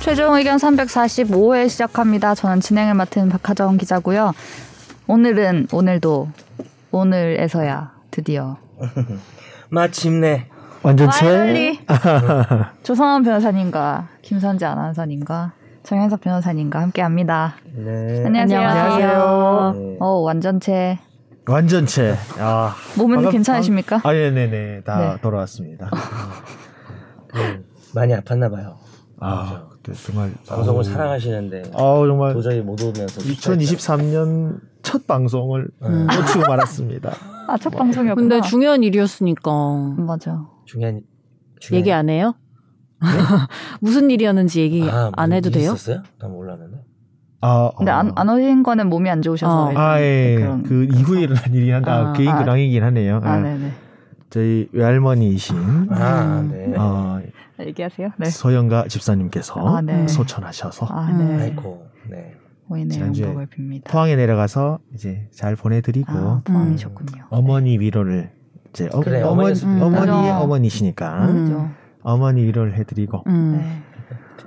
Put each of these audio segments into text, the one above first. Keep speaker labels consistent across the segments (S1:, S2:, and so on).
S1: 최종 의견 345회 시작합니다. 저는 진행을 맡은 박하정 기자고요. 오늘은 오늘도 오늘에서야 드디어
S2: 마침내
S3: 네.
S4: 완전체
S1: 빨리 조성원 변호사님과 김선재 아나운서님과 정현석 변호사님과 함께합니다.
S2: 네.
S1: 안녕하세요.
S4: 안녕하세요.
S2: 네.
S1: 어 완전체
S4: 완전체 아
S1: 몸은
S4: 반갑-
S1: 괜찮으십니까?
S4: 아 네네네 다
S1: 네.
S4: 돌아왔습니다
S2: 음, 많이 아팠나 봐요.
S4: 아 그때 정말
S2: 방송을
S4: 아우,
S2: 사랑하시는데
S4: 아우 정말
S2: 도저히 못 오면서
S4: 2023년 첫 방송을
S2: 음.
S4: 놓치고 말았습니다
S1: 아첫 방송이었구나.
S3: 근데 중요한 일이었으니까
S1: 맞아.
S2: 중요한 중요한
S3: 얘기 안 해요? 무슨 일이었는지 얘기
S2: 아,
S3: 안
S2: 뭐
S3: 해도
S2: 일
S3: 돼요? 음.
S2: 있었어요? 난 몰랐는데.
S4: 아
S1: 근데 안, 안 오신 거는 몸이 안 좋으셔서.
S3: 어.
S1: 일단 그런-
S4: 아예그 이후에 일어난 일이 한다
S3: 아,
S1: 아.
S4: 그 얘기랑 얘기긴 하네요
S1: 아,
S4: 예.
S1: 네네.
S4: 저희 외할머니이신
S2: 아,
S3: 음.
S2: 네.
S4: 어,
S1: 얘기하세요. 네.
S4: 서영가 집사님께서
S1: 아, 네.
S4: 어? 음, 소천하셔서 음.
S1: 아, 네.
S2: 아이고. 네.
S1: 고인의
S4: 지난주에
S1: 영복을 빕니다.
S4: 포항에 내려가서 이제 잘 보내드리고
S1: 아, 포항이셨군요.
S4: 어머니 위로를 이제 어,
S2: 그래,
S4: 어머니
S2: 어머니였습니다.
S4: 어머니의
S1: 맞아.
S4: 어머니시니까
S3: 음.
S1: 그죠.
S4: 어머니 위로를 해드리고
S3: 음.
S1: 네.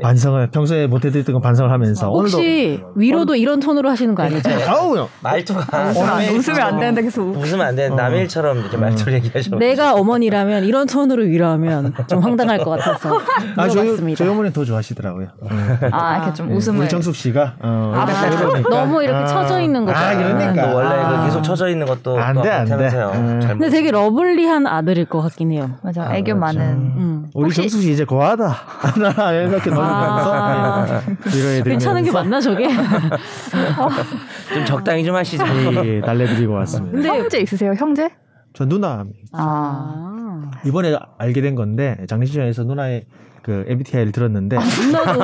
S4: 반성을 평소에 못해드렸던 건 반성을 하면서
S3: 어, 혹시
S2: 오늘도-
S3: 위로도 이런 톤으로 하시는 거 아니죠?
S4: 오늘도 아우요
S2: 말투가
S1: 웃으면 안,
S2: 남의
S1: 어, 웃으면 안
S2: 일처럼-
S1: 되는데 계속 웃-
S2: 웃으면 안 되는
S4: 어.
S2: 남의 일처럼 이렇게 말투를 얘기하셔.
S3: 내가 어머니라면 이런 톤으로 위로하면 좀 황당할 것 같아서
S4: 아 저희
S3: 물어봤습니다.
S4: 저희 어머니 더 좋아하시더라고요.
S1: 아, 이렇게 좀
S4: 네,
S1: 웃음을.
S4: 우리 정숙 씨가 어,
S3: 아,
S4: 이렇게 그러니까.
S3: 너무 이렇게 처져 있는 거죠.
S4: 아
S2: 또
S4: 그러니까
S2: 원래
S3: 아.
S2: 그 계속 쳐져 있는 것도
S4: 안 돼, 안 돼. 음.
S2: 잘못.
S3: 근데 되게 러블리한 아들일 것 같긴 해요.
S1: 맞아. 그렇죠.
S4: 아,
S1: 애교
S4: 맞아.
S1: 많은.
S3: 음.
S4: 우리
S1: 혹시-
S4: 정숙 씨 이제 고하다. 나 이렇게
S3: 아.
S4: 놀면서 예, 위로해드리면서
S3: 괜찮은 게 맞나 저게?
S2: 좀 적당히 좀 하시죠.
S4: 예, 달래드리고 왔습니다.
S3: 근데-
S1: 형제 있으세요? 형제?
S4: 저 누나
S1: 아.
S3: 아.
S4: 이번에 알게 된 건데 장례식장에서 누나의 그 MBTI를 들었는데
S3: 아. 누나도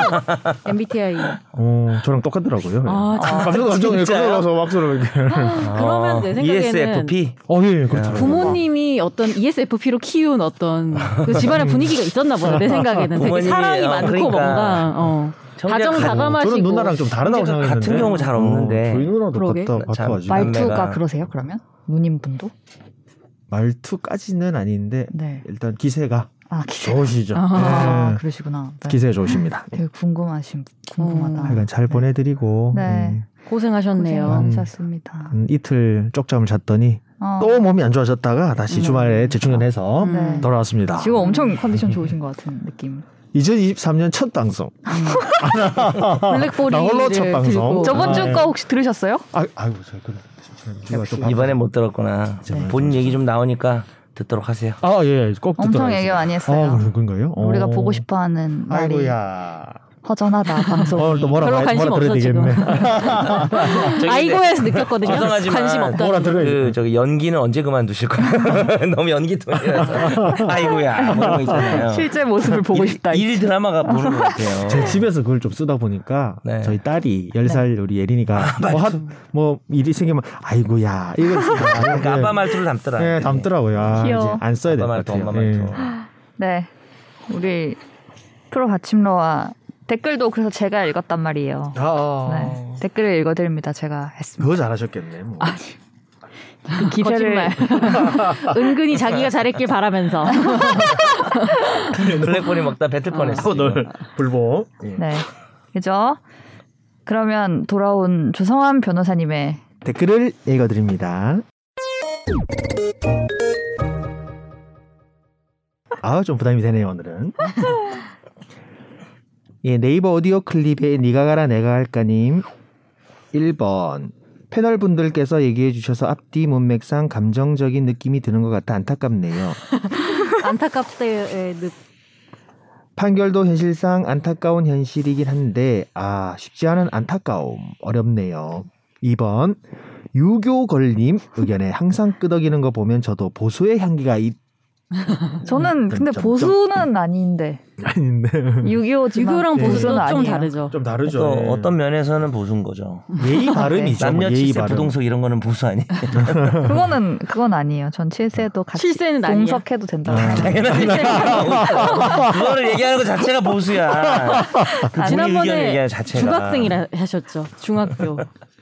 S3: MBTI.
S4: 어, 저랑 똑같더라고요.
S3: 아,
S4: 예. 깜짝 깜짝
S2: 진짜요?
S4: 놀라서 박수를 이렇게.
S2: 아, 어.
S3: 그러면 내
S2: E
S3: 생각에는
S2: ESFP.
S4: 어, 예, 예,
S2: 그러니까.
S4: 그렇죠.
S3: 부모님이 어떤 E ESFP로 키운 어떤 그 집안의 분위기가 있었나 보다 내 생각에는 되게
S2: 부모님이,
S3: 사랑이
S2: 어,
S3: 많고
S2: 그러니까.
S3: 뭔가 어.
S2: 정작
S3: 다정다감하시고
S4: 저는 누나랑 좀 다르다고
S2: 형제가
S4: 생각했는데.
S2: 같은 경우 잘 없는데.
S4: 어, 저희 누나도
S3: 그러게.
S4: 같다
S2: 참.
S4: 같아가지고
S2: 말-
S1: 말투가
S2: 남매가-
S1: 그러세요, 그러면? 누님분도?
S4: 말투까지는 아닌데
S1: 네.
S4: 일단 기세가
S1: 아, 기세.
S4: 좋으시죠.
S1: 아,
S4: 예.
S1: 그러시구나. 네.
S4: 기세 좋으십니다.
S1: 되게 궁금하신, 궁금하다.
S3: 음.
S4: 하여간 잘 보내드리고
S1: 네.
S4: 음,
S3: 고생하셨네요.
S4: 고생하셨네요.
S1: 고생하셨습니다.
S4: 음, 이틀 쪽잠을 잤더니
S1: 어.
S4: 또 몸이 안 좋아졌다가 다시
S1: 음.
S4: 주말에 재충전해서
S3: 음.
S1: 네.
S4: 돌아왔습니다.
S1: 지금 엄청 컨디션 좋으신 것 같은 느낌.
S4: 2023년 첫 방송.
S3: 블랙보리를
S4: 나홀로 첫 방송.
S3: 들고
S1: 저번
S4: 아,
S1: 주
S4: 예.
S1: 거 혹시 들으셨어요?
S4: 아, 아이고, 저 그래. 죄송해요. 누가 또 방송-
S2: 이번에 못 들었구나.
S4: 진짜
S2: 본
S4: 맞아.
S2: 얘기 좀 나오니까 듣도록 하세요.
S4: 아, 예, 꼭 듣도록
S1: 엄청
S4: 하겠습니다.
S1: 얘기 많이 했어요.
S4: 아, 그런- 그런가요? 어.
S1: 우리가 보고 싶어하는 말이
S4: 아이고야.
S1: 허전하다 방송이.
S4: 오늘 또 뭐라
S3: 별로
S4: 말-
S3: 관심
S4: 뭐라 들어야
S3: 없어, 지금.
S4: 되겠네.
S2: 저기
S3: 아이고에서 느꼈거든요.
S2: 죄송하지만
S3: 관심 없다.
S4: 아, 뭐라 들어야
S2: 그
S4: 되
S2: 저기 연기는 언제 그만두실 거예요? 너무 연기 돈이라서 아이고야 뭐 이런 거 있잖아요.
S1: 실제 모습을 보고
S2: 일-
S1: 싶다.
S2: 일 드라마가 보는 것 같아요.
S4: 제 집에서 그걸 좀 쓰다 보니까
S2: 네. 아,
S4: 저희 딸이 10살 우리 예린이가 뭐, 하, 뭐 일이 생기면 아이고야 이거
S2: 그러니까 아빠 말투를 담더라. 네.
S4: 예, 네. 담더라고요. 아,
S1: 귀여워.
S4: 이제 안 써야 될
S2: 아빠
S4: 것
S2: 말투,
S4: 같아요.
S2: 엄마
S4: 예.
S2: 말투.
S1: 네, 우리 프로 받침러와 댓글도 그래서 제가 읽었단 말이에요.
S4: 아, 아, 아.
S1: 네, 댓글을 읽어드립니다. 제가 했습니다.
S4: 그거 잘하셨겠네. 뭐.
S2: 아,
S1: 그 기세를
S3: 거짓말. 은근히 자기가 잘했길 바라면서.
S2: 블랙홀이 먹다 뱉을 뻔했어.
S4: 오늘 불보. 예.
S1: 네, 그죠? 그러면 돌아온 조성환 변호사님의
S4: 댓글을 읽어드립니다. 아, 좀 부담이 되네요 오늘은. 예, 네이버 오디오 클립에 니가 가라 내가 할까님 1번 패널 분들께서 얘기해 주셔서 앞뒤 문맥상 감정적인 느낌이 드는 것 같아 안타깝네요.
S3: 안타깝대.
S4: 판결도 현실상 안타까운 현실이긴 한데 아 쉽지 않은 안타까움 어렵네요. 2번 유교 걸님 의견에 항상 끄덕이는 거 보면 저도 보수의 향기가 있...
S1: 저는 근데
S4: 점점점.
S1: 보수는 아닌데
S4: 아닌데
S1: 6.25
S3: 유교랑
S4: 네.
S3: 보수도 좀
S1: 아니에요.
S3: 다르죠.
S4: 좀
S2: 또
S4: 다르죠.
S2: 어떤 면에서는 보수인 거죠.
S4: 예의 발음이죠.
S2: 남녀
S4: 뭐 예의
S2: 칠세
S4: 발음.
S2: 부동석 이런 거는 보수 아니.
S1: 그거는 그건 아니에요. 전 7세도 같이
S3: 칠세는 아니야.
S1: 동석해도 된다고 생각해요.
S2: 그거를 얘기하는 것 자체가 보수야. 그 본인 의견
S3: 지난번에
S2: 얘기하는 자체가.
S3: 중학생이라 하셨죠. 중학교.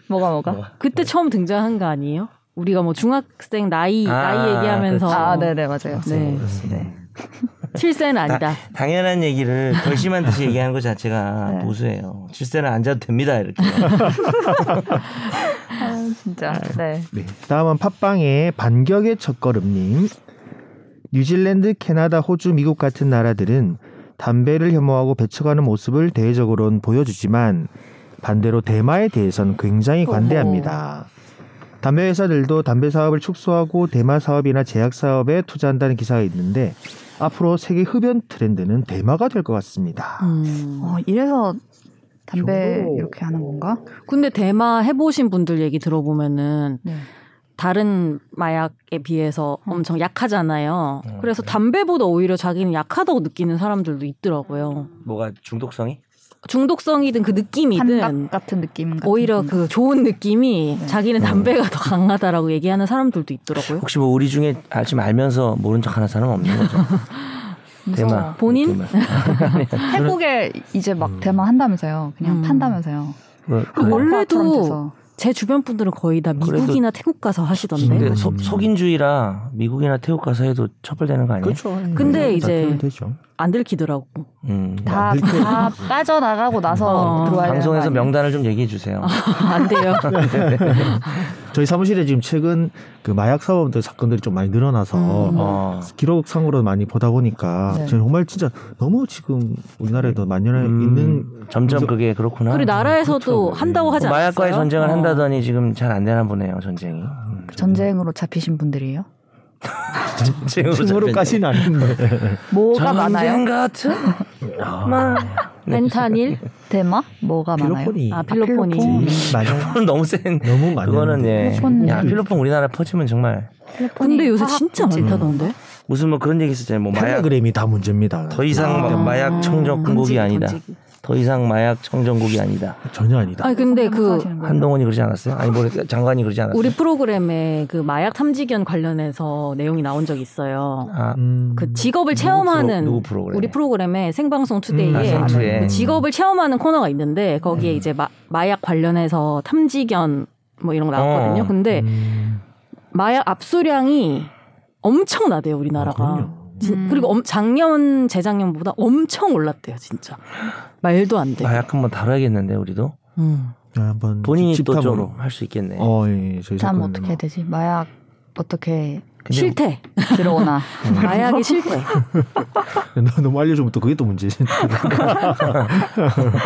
S1: 뭐가 뭐가?
S3: 그때 처음 등장한 거 아니에요? 우리가 뭐 중학생
S2: 아,
S3: 나이
S2: 네.
S3: 나이 얘기하면서
S1: 아, 네네 맞아요.
S3: 네.
S2: 그렇습니다.
S3: 7세는 아니다.
S2: 당연한 얘기를 결심한 듯이 얘기하는 것 자체가
S1: 네.
S2: 보수예요. 질세는 앉아도 됩니다 이렇게.
S1: 아, 진짜. 네.
S4: 네. 다음은 팟빵의 반격의 첫걸음님. 뉴질랜드, 캐나다, 호주, 미국 같은 나라들은 담배를 혐오하고 배척하는 모습을 대외적으로는 보여주지만 반대로 대마에 대해서는 굉장히 관대합니다. 담배 회사들도 담배 사업을 축소하고 대마 사업이나 제약 사업에 투자한다는 기사가 있는데 앞으로 세계 흡연 트렌드는 대마가 될 것 같습니다.
S3: 음.
S1: 어, 이래서 담배
S4: 정도.
S1: 이렇게 하는 건가?
S3: 근데 대마 해보신 분들 얘기 들어보면은
S1: 네.
S3: 다른 마약에 비해서 엄청 약하잖아요.
S2: 음,
S3: 그래서 담배보다 오히려 자기는 약하다고 느끼는 사람들도 있더라고요.
S2: 뭐가 중독성이?
S3: 중독성이든 그 느낌이든
S1: 환각 같은 느낌 같은
S3: 오히려
S1: 건.
S3: 그 좋은 느낌이
S1: 네.
S3: 자기는
S2: 음.
S3: 담배가 더 강하다라고 얘기하는 사람들도 있더라고요.
S2: 혹시 뭐 우리 중에 아, 지금 알면서 모른 척하는 사람 없는 거죠?
S1: 무서워.
S2: 대마
S3: 본인?
S2: 대마.
S1: 태국에 이제 막
S2: 음.
S1: 대만 한다면서요. 그냥
S3: 음.
S1: 판다면서요. 네.
S2: 뭐,
S3: 그 원래- 원래도
S1: 호화처럼
S3: 제 주변 분들은 거의 다
S2: 그래도-
S3: 미국이나 태국 가서 하시던데.
S2: 근데
S4: 음.
S2: 소, 속인주의라 미국이나 태국 가서 해도 처벌되는 거 아니에요?
S3: 그렇죠. 근데
S4: 음,
S3: 이제-
S4: 잡히면 되죠.
S3: 안 들키더라고.
S2: 음.
S1: 다, 다 빠져나가고 나서
S3: 어.
S1: 들어와야 되는 거
S2: 방송에서
S1: 아니에요?
S2: 명단을 좀 얘기해 주세요. 네.
S3: 안 돼요.
S4: 저희 사무실에 지금 최근 그 마약 사범들 사건들이 좀 많이 늘어나서
S3: 음.
S2: 어.
S4: 기록상으로 많이 보다 보니까
S1: 네.
S4: 저희 정말 진짜 너무 지금 우리나라에도 만연해
S2: 음,
S4: 있는
S2: 점점 그게 아, 그렇구나.
S3: 그리고 나라에서도
S4: 그렇죠.
S3: 한다고 하지
S2: 뭐
S3: 않았어요?
S2: 마약과의 전쟁을
S3: 어.
S2: 한다더니 지금 잘 안 되나 보네요 전쟁이. 음.
S1: 전쟁으로 잡히신 분들이에요?
S4: 층으로까지는
S2: 네.
S4: 아닌데
S1: 뭐가 많아요?
S2: 전쟁 같은 아, 마.
S3: 펜타닐,
S1: 대마? 뭐가 많아요?
S4: 필로폰이
S3: 아 필로폰이.
S1: 필로폰.
S4: 마냥
S2: 아, 너무 센.
S4: 너무 많은
S2: 그거는 예.
S3: 음.
S1: 필로폰.
S2: 야 필로폰 우리나라 퍼지면 정말
S3: 근데 요새 진짜
S1: 화학물질.
S3: 많다던데.
S2: 무슨 뭐 그런 얘기 있었잖아요. 뭐 마약
S4: 텔레그램이 다 문제입니다.
S2: 더 이상 막
S3: 아.
S2: 마약 청정
S3: 던지기,
S2: 공국이 아니다.
S3: 던지기.
S2: 더 이상 마약 청정국이 아니다.
S4: 전혀 아니다.
S3: 아니 근데 그
S1: 하시는 거예요?
S2: 한동훈이 그러지 않았어요? 아니 뭐 장관이 그러지 않았어요?
S3: 우리 프로그램에 그 마약 탐지견 관련해서 내용이 나온 적이 있어요.
S2: 아,
S4: 음,
S3: 그
S2: 누구 프로-
S3: 직업을 체험하는
S2: 누구 프로그램에?
S3: 우리 프로그램에 생방송
S4: 음, 아,
S3: 투데이에
S2: 생투에.
S3: 그 직업을 체험하는 코너가 있는데 거기에 이제 마, 마약 관련해서 탐지견 뭐 이런 거 나왔거든요.
S2: 어.
S3: 근데
S4: 음,
S3: 마약 압수량이 엄청나대요 우리나라가.
S4: 아, 그럼요.
S3: 진- 그리고 엄- 작년 재작년보다 엄청 올랐대요 진짜 말도 안 돼.
S2: 마약 한번 다뤄야겠는데 우리도
S3: 음.
S4: 야, 아, 한번
S2: 본인이
S4: 집-
S2: 또 좀
S4: 집탐으로.
S2: 할 수 있겠네.
S4: 어, 예, 저희
S1: 잠
S4: 사건은
S1: 그 어떻게 해야 되지? 마약 어떻게
S2: 근데 뭐
S3: 실태
S1: 들어오나?
S3: 마약의 실태.
S4: 막- 너무 알려주면 또 그게 또 문제지.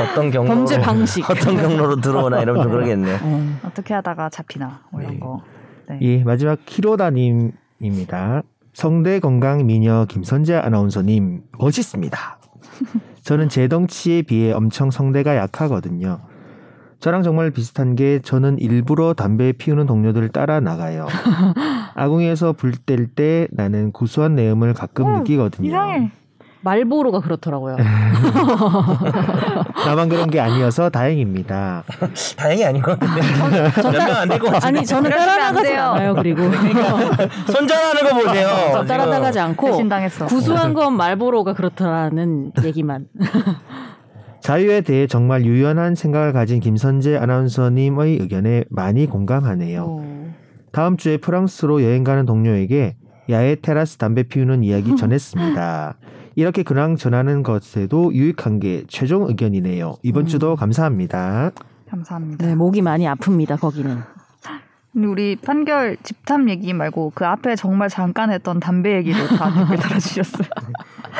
S2: 어떤 경로
S3: 범죄 방식.
S2: 어떤 경로로 들어오나 이러면 좀 그러겠네.
S3: 음.
S1: 어떻게 하다가 잡히나? 뭐 이런
S4: 네.
S1: 거. 네.
S4: 예, 마지막 키로다님입니다. 성대 건강 미녀 김선재 아나운서님 멋있습니다. 저는 제 덩치에 비해 엄청 성대가 약하거든요. 저랑 정말 비슷한 게 저는 일부러 담배 피우는 동료들을 따라 나가요. 아궁이에서 불 뗄 때 나는 구수한 내음을 가끔
S1: 음,
S4: 느끼거든요.
S1: 이상해.
S3: 말보로가 그렇더라고요.
S4: 나만 그런 게 아니어서 다행입니다.
S2: 다행이 아닌 것 같은데 몇 명 안 될 것 같은데
S3: 아니 저는 따라
S1: 이러시면 안
S3: 나가지
S1: 돼요.
S3: 않아요. 그리고
S2: 선전하는 거 보세요.
S3: 저 따라
S2: 지금.
S3: 나가지 않고
S1: 배신당했어.
S3: 구수한 건 말보로가 그렇더라는 얘기만.
S4: 자유에 대해 정말 유연한 생각을 가진 김선재 아나운서님의 의견에 많이 공감하네요.
S1: 오.
S4: 다음 주에 프랑스로 여행 가는 동료에게 야외 테라스 담배 피우는 이야기 전했습니다. 이렇게 근황 전하는 것에도 유익한 게 최종 의견이네요. 이번 주도 감사합니다.
S1: 감사합니다.
S3: 네 목이 많이 아픕니다 거기는.
S1: 근데 우리 판결 집탐 얘기 말고 그 앞에 정말 잠깐 했던 담배 얘기도 다 댓글 달아주셨어요.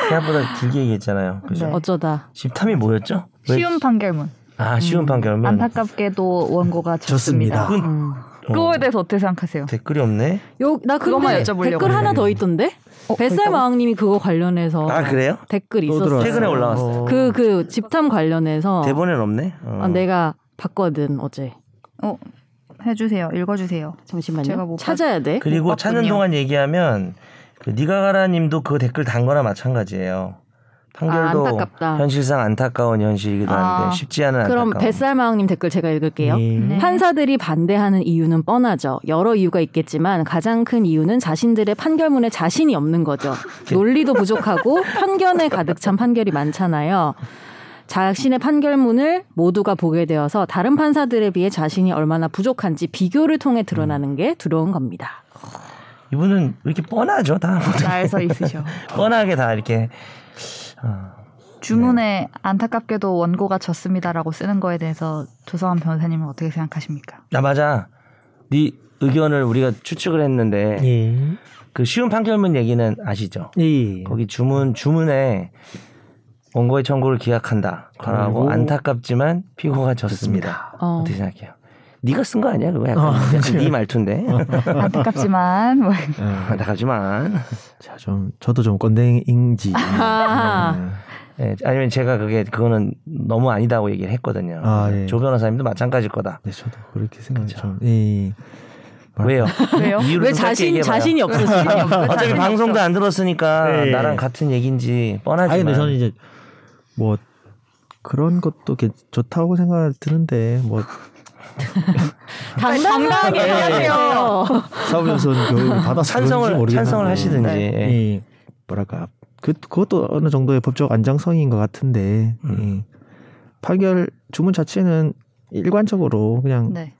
S2: 생각보다 길게 얘기했잖아요. 그죠?
S1: 네.
S3: 어쩌다
S2: 집탐이 뭐였죠? 왜-
S1: 쉬운 판결문.
S2: 아 쉬운
S3: 음.
S2: 판결문.
S1: 안타깝게도 원고가 졌습니다.
S4: 졌습니다.
S2: 그건-
S3: 음.
S2: 어,
S1: 그거에 대해서 어떻게 생각하세요?
S2: 댓글이 없네.
S3: 요나
S1: 그것만
S3: 근데
S1: 여쭤보려고
S3: 댓글 하나 더 있던데
S1: 어,
S3: 뱃살 마왕님이 그거 관련해서
S2: 아 그래요?
S3: 댓글
S4: 또
S3: 있었어요.
S4: 들어왔어요.
S2: 최근에 올라왔어요.
S4: 어.
S3: 그, 그, 집탐 관련해서.
S2: 대본엔 없네. 어.
S3: 아, 내가 봤거든, 어제.
S1: 어, 해주세요. 읽어주세요.
S3: 잠시만요.
S1: 제가 뭐 못
S3: 찾아야 돼.
S2: 그리고
S1: 못
S2: 찾는
S1: 봤군요.
S2: 동안 얘기하면 그 니가 가라님도 그 댓글 단 거나 마찬가지예요. 판결도
S3: 아, 안타깝다.
S2: 현실상 안타까운 현실이기도 한데
S1: 아,
S2: 쉽지 않은
S3: 그럼
S2: 안타까움.
S3: 뱃살마왕님 댓글 제가 읽을게요.
S1: 네.
S3: 판사들이 반대하는 이유는 뻔하죠. 여러 이유가 있겠지만 가장 큰 이유는 자신들의 판결문에 자신이 없는 거죠.
S2: 네.
S3: 논리도 부족하고 편견에 가득 찬 판결이 많잖아요. 자신의 판결문을 모두가 보게 되어서 다른 판사들에 비해 자신이 얼마나 부족한지 비교를 통해 드러나는 게 두려운 겁니다.
S2: 이분은 왜 이렇게 뻔하죠 다
S5: 나에서 있으셔.
S2: 뻔하게 다 이렇게 어.
S1: 주문에 안타깝게도 원고가 졌습니다라고 쓰는 거에 대해서 조성한 변호사님은 어떻게 생각하십니까?
S2: 나 맞아 네 의견을 우리가 추측을 했는데
S4: 예.
S2: 그 쉬운 판결문 얘기는 아시죠?
S4: 예.
S2: 거기 주문 주문에 원고의 청구를 기각한다. 그러고
S4: 그리고
S2: 안타깝지만 피고가 졌습니다.
S3: 어.
S2: 어떻게 생각해요? 네가 쓴 거 아니야
S4: 어.
S2: 그거 약간 약간 네 말투인데
S1: 안타깝지만 뭐
S4: 예.
S2: 안타깝지만
S4: 자, 좀 저도 좀 건댕인지.
S3: 아.
S4: 예.
S2: 예, 아니면 제가 그게 그거는 너무 아니다고 얘기를 했거든요.
S4: 아, 예.
S2: 조 변호사님도 마찬가지일 거다.
S4: 네, 저도 그렇게 생각해요.
S2: 그쵸.
S4: 예, 예.
S2: 왜요?
S1: 왜요?
S2: 이유를
S3: 왜
S2: 좀 짧게
S3: 자신
S2: 얘기해봐요.
S3: 자신이 없으시?
S2: 어차피 방송도 안 들었으니까
S4: 예, 예.
S2: 나랑 같은 얘기인지 뻔하지만
S4: 아니 근데 저는 이제 뭐 그런 것도 괜- 좋다고 생각을 드는데 뭐
S3: 당당하게
S5: 당당하게
S3: 하세요.
S4: 사업연수원 교육을 받아서 그런지
S2: 찬성을
S4: 모르겠는데 네.
S2: 찬성을 하시든지 예.
S4: 이 뭐랄까 그 그것도 어느 정도의 법적 안정성인 것 같은데
S2: 음.
S4: 이 판결 주문 자체는 일관적으로 그냥
S1: 네.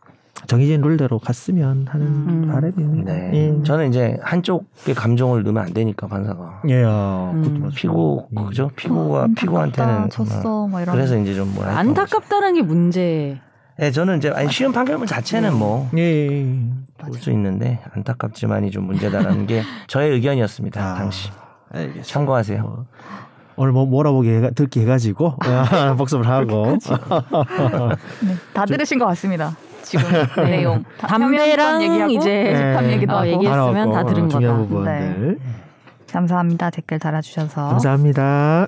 S4: 정해진 룰대로 갔으면 하는
S1: 음.
S4: 바람입니다.
S2: 네.
S4: 예.
S2: 저는 이제 한쪽의 감정을 넣으면 안 되니까 판사가
S4: 예, 아, 그것도
S3: 음.
S4: 맞죠.
S2: 피고
S4: 예.
S2: 그죠? 피고가
S1: 음, 안타깝다,
S2: 피고한테는 어,
S1: 졌어 뭐 이런.
S2: 그래서 이제 좀 뭐랄까
S3: 안타깝다는 게 문제.
S2: 예, 저는 이제 아니 쉬운 판결문 자체는 뭐.
S4: 예, 예.
S2: 볼 수 있는데 안타깝지만이 좀 문제다라는 게 저의 의견이었습니다
S4: 아,
S2: 당시
S4: 알겠습니다.
S2: 참고하세요
S4: 뭐, 오늘 뭐 뭐라고 해가- 듣게 해가지고 아, 복습을 하고
S1: 네, 다 들으신 것 같습니다. 지금
S3: 네.
S1: 내용 다- 현면권
S3: 담배랑
S1: 얘기하고,
S3: 이제
S1: 집합
S4: 예.
S1: 얘기도
S3: 어,
S1: 하고.
S3: 얘기- 했으면
S4: 알아봤고,
S3: 다 들은
S4: 어, 중요한
S3: 거다.
S4: 부분들
S1: 네. 감사합니다. 댓글 달아주셔서.
S4: 감사합니다.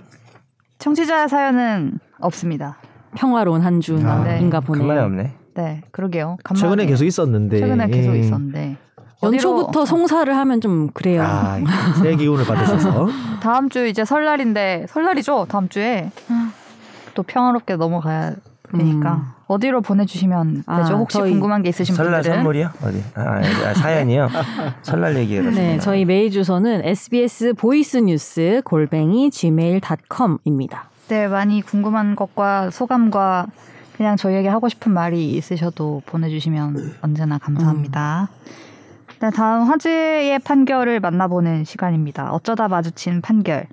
S1: 청취자 사연은 없습니다.
S3: 평화로운 한 주인가
S2: 그만이
S3: 보네요.
S2: 없네
S1: 네, 그러게요.
S4: 최근에
S1: 간만에
S4: 계속 있었는데
S1: 최근에 계속
S4: 예.
S1: 있었는데
S3: 연초부터
S1: 어디로-
S3: 송사를 하면 좀 그래요.
S4: 아, 새 기운을 받으셔서
S1: 다음 주 이제 설날인데 설날이죠 다음 주에 또 평화롭게 넘어가야 되니까
S3: 음.
S1: 어디로 보내주시면
S3: 아,
S1: 되죠 혹시
S3: 저희
S1: 궁금한 게 있으신
S2: 설날
S1: 분들은
S2: 선물이요 어디 아, 아니, 아, 사연이요 설날 얘기예요
S3: 네, 저희 메일 주소는 sbs 보이스뉴스 골뱅이 gmail.com입니다.
S1: 네 많이 궁금한 것과 소감과 그냥 저희에게 하고 싶은 말이 있으셔도 보내주시면 언제나 감사합니다. 네, 다음 화제의 판결을 만나보는 시간입니다. 어쩌다 마주친 판결.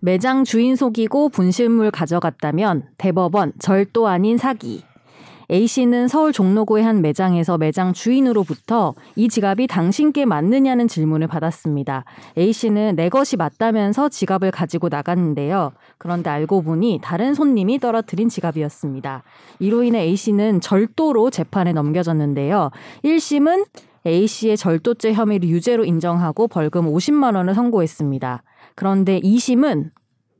S3: 매장 주인 속이고 분실물 가져갔다면 대법원 절도 아닌 사기. A 씨는 서울 종로구의 한 매장에서 매장 주인으로부터 이 지갑이 당신께 맞느냐는 질문을 받았습니다. A 씨는 내 것이 맞다면서 지갑을 가지고 나갔는데요. 그런데 알고 보니 다른 손님이 떨어뜨린 지갑이었습니다. 이로 인해 A 씨는 절도로 재판에 넘겨졌는데요. 1심은 A 씨의 절도죄 혐의를 유죄로 인정하고 벌금 50만 원을 선고했습니다. 그런데 2심은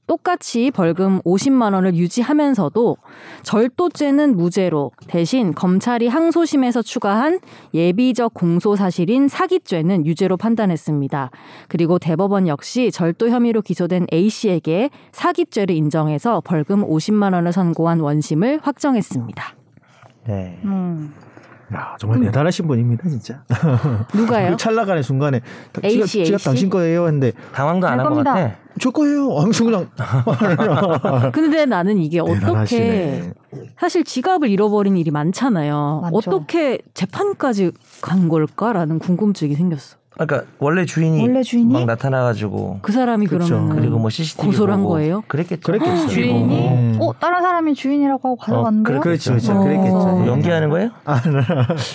S3: 똑같이 벌금 50만 원을 유지하면서도 절도죄는 무죄로 대신 검찰이 항소심에서 추가한 예비적 공소 사실인 사기죄는 유죄로 판단했습니다. 그리고 대법원 역시 절도 혐의로 기소된 A 씨에게 사기죄를 인정해서 벌금 50만 원을 선고한 원심을 확정했습니다.
S2: 네.
S1: 음.
S4: 야, 정말 대단하신 분입니다 진짜.
S3: 누가요?
S4: 그 찰나간의 순간에 다- 지가,
S3: H,
S4: 지가
S3: H?
S4: 당신 거예요 했는데
S2: 당황도 안 한 것
S1: 겁니다.
S2: 같아
S4: 저 거예요. 하면서 그냥
S2: 아,
S3: 근데 나는 이게 어떻게
S4: 대단하시네.
S3: 사실 지갑을 잃어버린 일이 많잖아요.
S1: 많죠.
S3: 어떻게 재판까지 간 걸까라는 궁금증이 생겼어.
S2: 그러니까 원래 주인이
S1: 원래 주인이?
S2: 막 나타나가지고
S3: 그 사람이 그
S4: 그쵸.
S3: 러면
S2: 그리고 뭐 CCTV
S3: 고소를 한
S2: 보고
S3: 거예요?
S2: 그랬겠죠
S4: 그랬겠어요.
S1: 아, 주인이
S4: 음.
S1: 어 다른 사람이 주인이라고 하고 가져갔는데요.
S2: 어, 그래,
S4: 그렇죠, 그렇죠.
S3: 어.
S4: 그랬겠죠.
S2: 연기하는 거예요?
S1: 아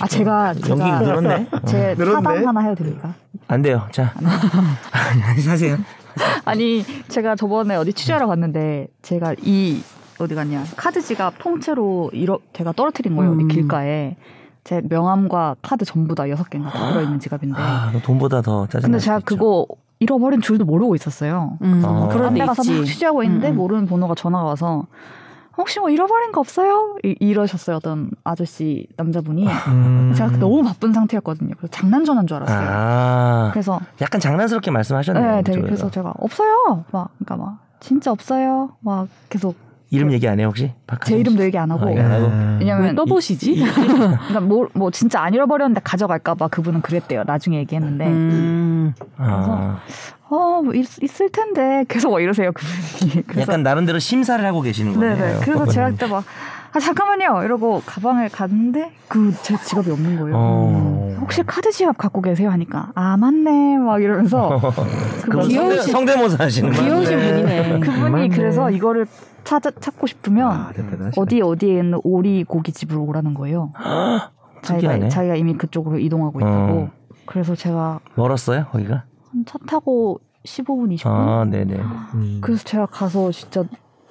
S1: 제가
S2: 연기
S1: 제가
S2: 늘었네
S1: 제
S4: 음. 늘었네?
S1: 사담 하나 해도 됩니까?
S2: 안 돼요 자 안녕하세요
S1: 아니 제가 저번에 어디
S3: 음.
S1: 취재하러 갔는데 제가 이 어디 갔냐 카드 지갑 통째로 이러 제가 떨어뜨린 거예요 어디
S3: 음.
S1: 길가에 제 명함과 카드 전부 다 여섯 개인가 다 들어있는 지갑인데
S2: 아, 이거 돈보다 더 짜증
S1: 근데 제가 그거 잃어버린 줄도 모르고 있었어요.
S3: 음,
S2: 어.
S3: 뭐 그런 데
S1: 딴데 가서 막
S3: 있지.
S1: 취재하고 있는데
S3: 음, 음.
S1: 모르는 번호가 전화가 와서 혹시 뭐 잃어버린 거 없어요? 이, 이러셨어요 어떤 아저씨 남자분이
S4: 음.
S1: 제가 너무 바쁜 상태였거든요. 그래서 장난 전화인 줄 알았어요.
S2: 아
S1: 그래서
S2: 약간 장난스럽게 말씀하셨네요
S1: 네, 되게
S2: 이쪽에서.
S1: 그래서 제가 없어요. 막 그러니까 막 진짜 없어요. 막 계속
S2: 이름 얘기 안 해요 혹시? 박하정
S1: 그 제
S2: 씨?
S1: 이름도 얘기 안 하고
S2: 아, 얘기 안 하고?
S4: 음.
S3: 왜
S1: 왜냐면
S3: 떠보시지?
S1: 그러니까 뭐, 뭐 진짜 안 잃어버렸는데 가져갈까봐 그분은 그랬대요. 나중에 얘기했는데
S3: 음.
S2: 아,
S1: 어뭐 있, 있을 텐데 계속 막 이러세요 그분이. 그래서
S2: 약간 나름대로 심사를 하고 계시는 거예요.
S1: 네네. 그래서 제가 그때 막 아 잠깐만요 이러고 가방을 갔는데 그 제 지갑이 없는 거예요. 음.
S2: 어.
S1: 혹시 카드 지갑 갖고 계세요 하니까 아 맞네 막 이러면서 그
S2: 그럼
S1: 귀여운
S2: 성대,
S3: 귀여우신-
S2: 성대모사 하시는 거
S3: 귀여우신 분이네.
S1: 그분이 그래서 이거를 찾아 찾고 싶으면
S4: 아, 대단하시네.
S1: 어디 어디에 있는 오리 고깃집으로 오라는 거예요.
S2: 특이하네.
S1: 자기가 자기가 이미 그쪽으로 이동하고 있다고.
S2: 어.
S1: 그래서 제가
S2: 멀었어요 거기가?
S1: 한 차 타고 15분 20분.
S2: 아 네네.
S4: 음.
S1: 그래서 제가 가서 진짜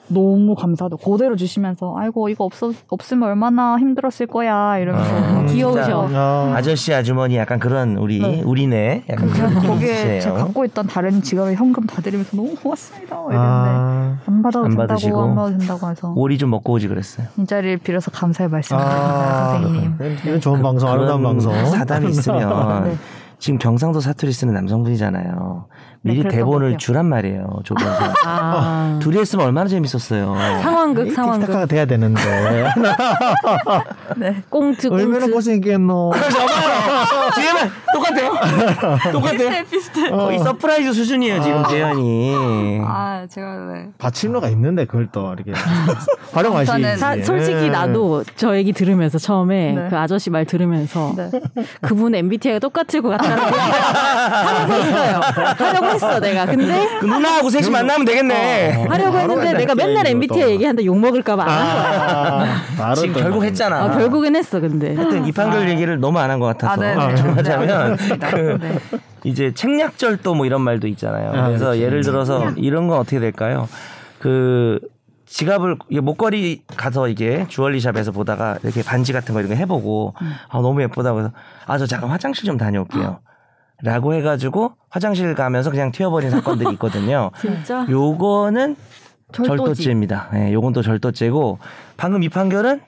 S1: 너무 감사하고 그대로 주시면서 아이고 이거 없어 없으면 얼마나 힘들었을 거야 이러면서
S2: 아,
S4: 음.
S3: 귀여우셔.
S4: 아,
S2: 아저씨 아주머니 약간 그런 우리
S1: 네.
S2: 우리네 약간 그런
S1: 그냥
S2: 느낌이
S1: 거기에 제가
S2: 있으세요.
S1: 갖고 있던 다른 지갑에 현금 다 드리면서 너무 고맙습니다 어, 이랬는데
S4: 아,
S1: 안 받아도
S2: 안
S1: 된다고
S2: 받으시고.
S1: 안 받아도 된다고 해서
S2: 오리 좀 먹고 오지 그랬어요.
S1: 이 자리를 빌어서 감사의 말씀드립니다
S4: 아,
S1: 선생님
S4: 이건 좋은 방송, 아름다운
S2: 그런
S4: 방송.
S2: 사담이 있으면
S1: 네.
S2: 지금 경상도 사투리 쓰는 남성분이잖아요. 미리
S1: 그랬던 것
S2: 대본을
S1: 같아요.
S2: 주란 말이에요. 조금
S3: 아.
S2: 둘이 했으면 얼마나 재밌었어요.
S3: 상황극 상황극.
S4: 틱타카가 돼야 되는데
S1: 네.
S3: 꽁트
S4: 얼마나
S3: 꽁트.
S4: 고생했겠노.
S2: 잠깐만요. 재현 똑같아요. 똑같아요.
S1: 비슷해
S2: 거의 서프라이즈 수준이에요 지금 재현이.
S1: 아 제가 네.
S4: 받침로가 있는데 그걸 또 이렇게 활용하시지.
S1: 저는
S3: 사- 솔직히
S4: 예.
S3: 나도 저 얘기 들으면서 처음에
S1: 네.
S3: 그 아저씨 말 들으면서
S1: 네.
S3: 그분 MBTI가 똑같을 것 같다는 얘기가 하려고 했어요. 하려고 했어 내가. 근데
S2: 그 누나하고 셋이 만나면 되겠네.
S3: 하려고
S4: 바로
S3: 했는데
S4: 맨날
S3: 내가 맨날
S4: MBTI
S3: MBTI
S4: 또.
S3: 얘기하는데 욕 먹을까봐 안 한 거야.
S4: 아, 바로
S2: 지금
S4: 또
S2: 결국
S4: 나오네.
S2: 했잖아.
S3: 아, 결국엔 했어 근데.
S2: 하여튼 이 판결 얘기를 너무 안 한 것 같아서
S1: 아, 네, 네.
S2: 하자면
S1: 알겠습니다.
S2: 그
S1: 네.
S2: 이제 책략절도 뭐 이런 말도 있잖아요.
S4: 아,
S2: 그래서
S4: 그렇죠.
S2: 예를 들어서 이런 건 어떻게 될까요? 그 지갑을 이게 목걸이 가서 이게 주얼리샵에서 보다가 이렇게 반지 같은 거 이런 거 해보고
S1: 음.
S2: 아 너무 예쁘다고 해서 아 저 잠깐 화장실 좀 다녀올게요. 라고 해가지고 화장실 가면서 그냥 튀어버린 사건들이 있거든요.
S3: 진짜.
S2: 요거는
S1: 절도지.
S2: 절도죄입니다. 예, 요건 또 절도죄고 방금 이 판결은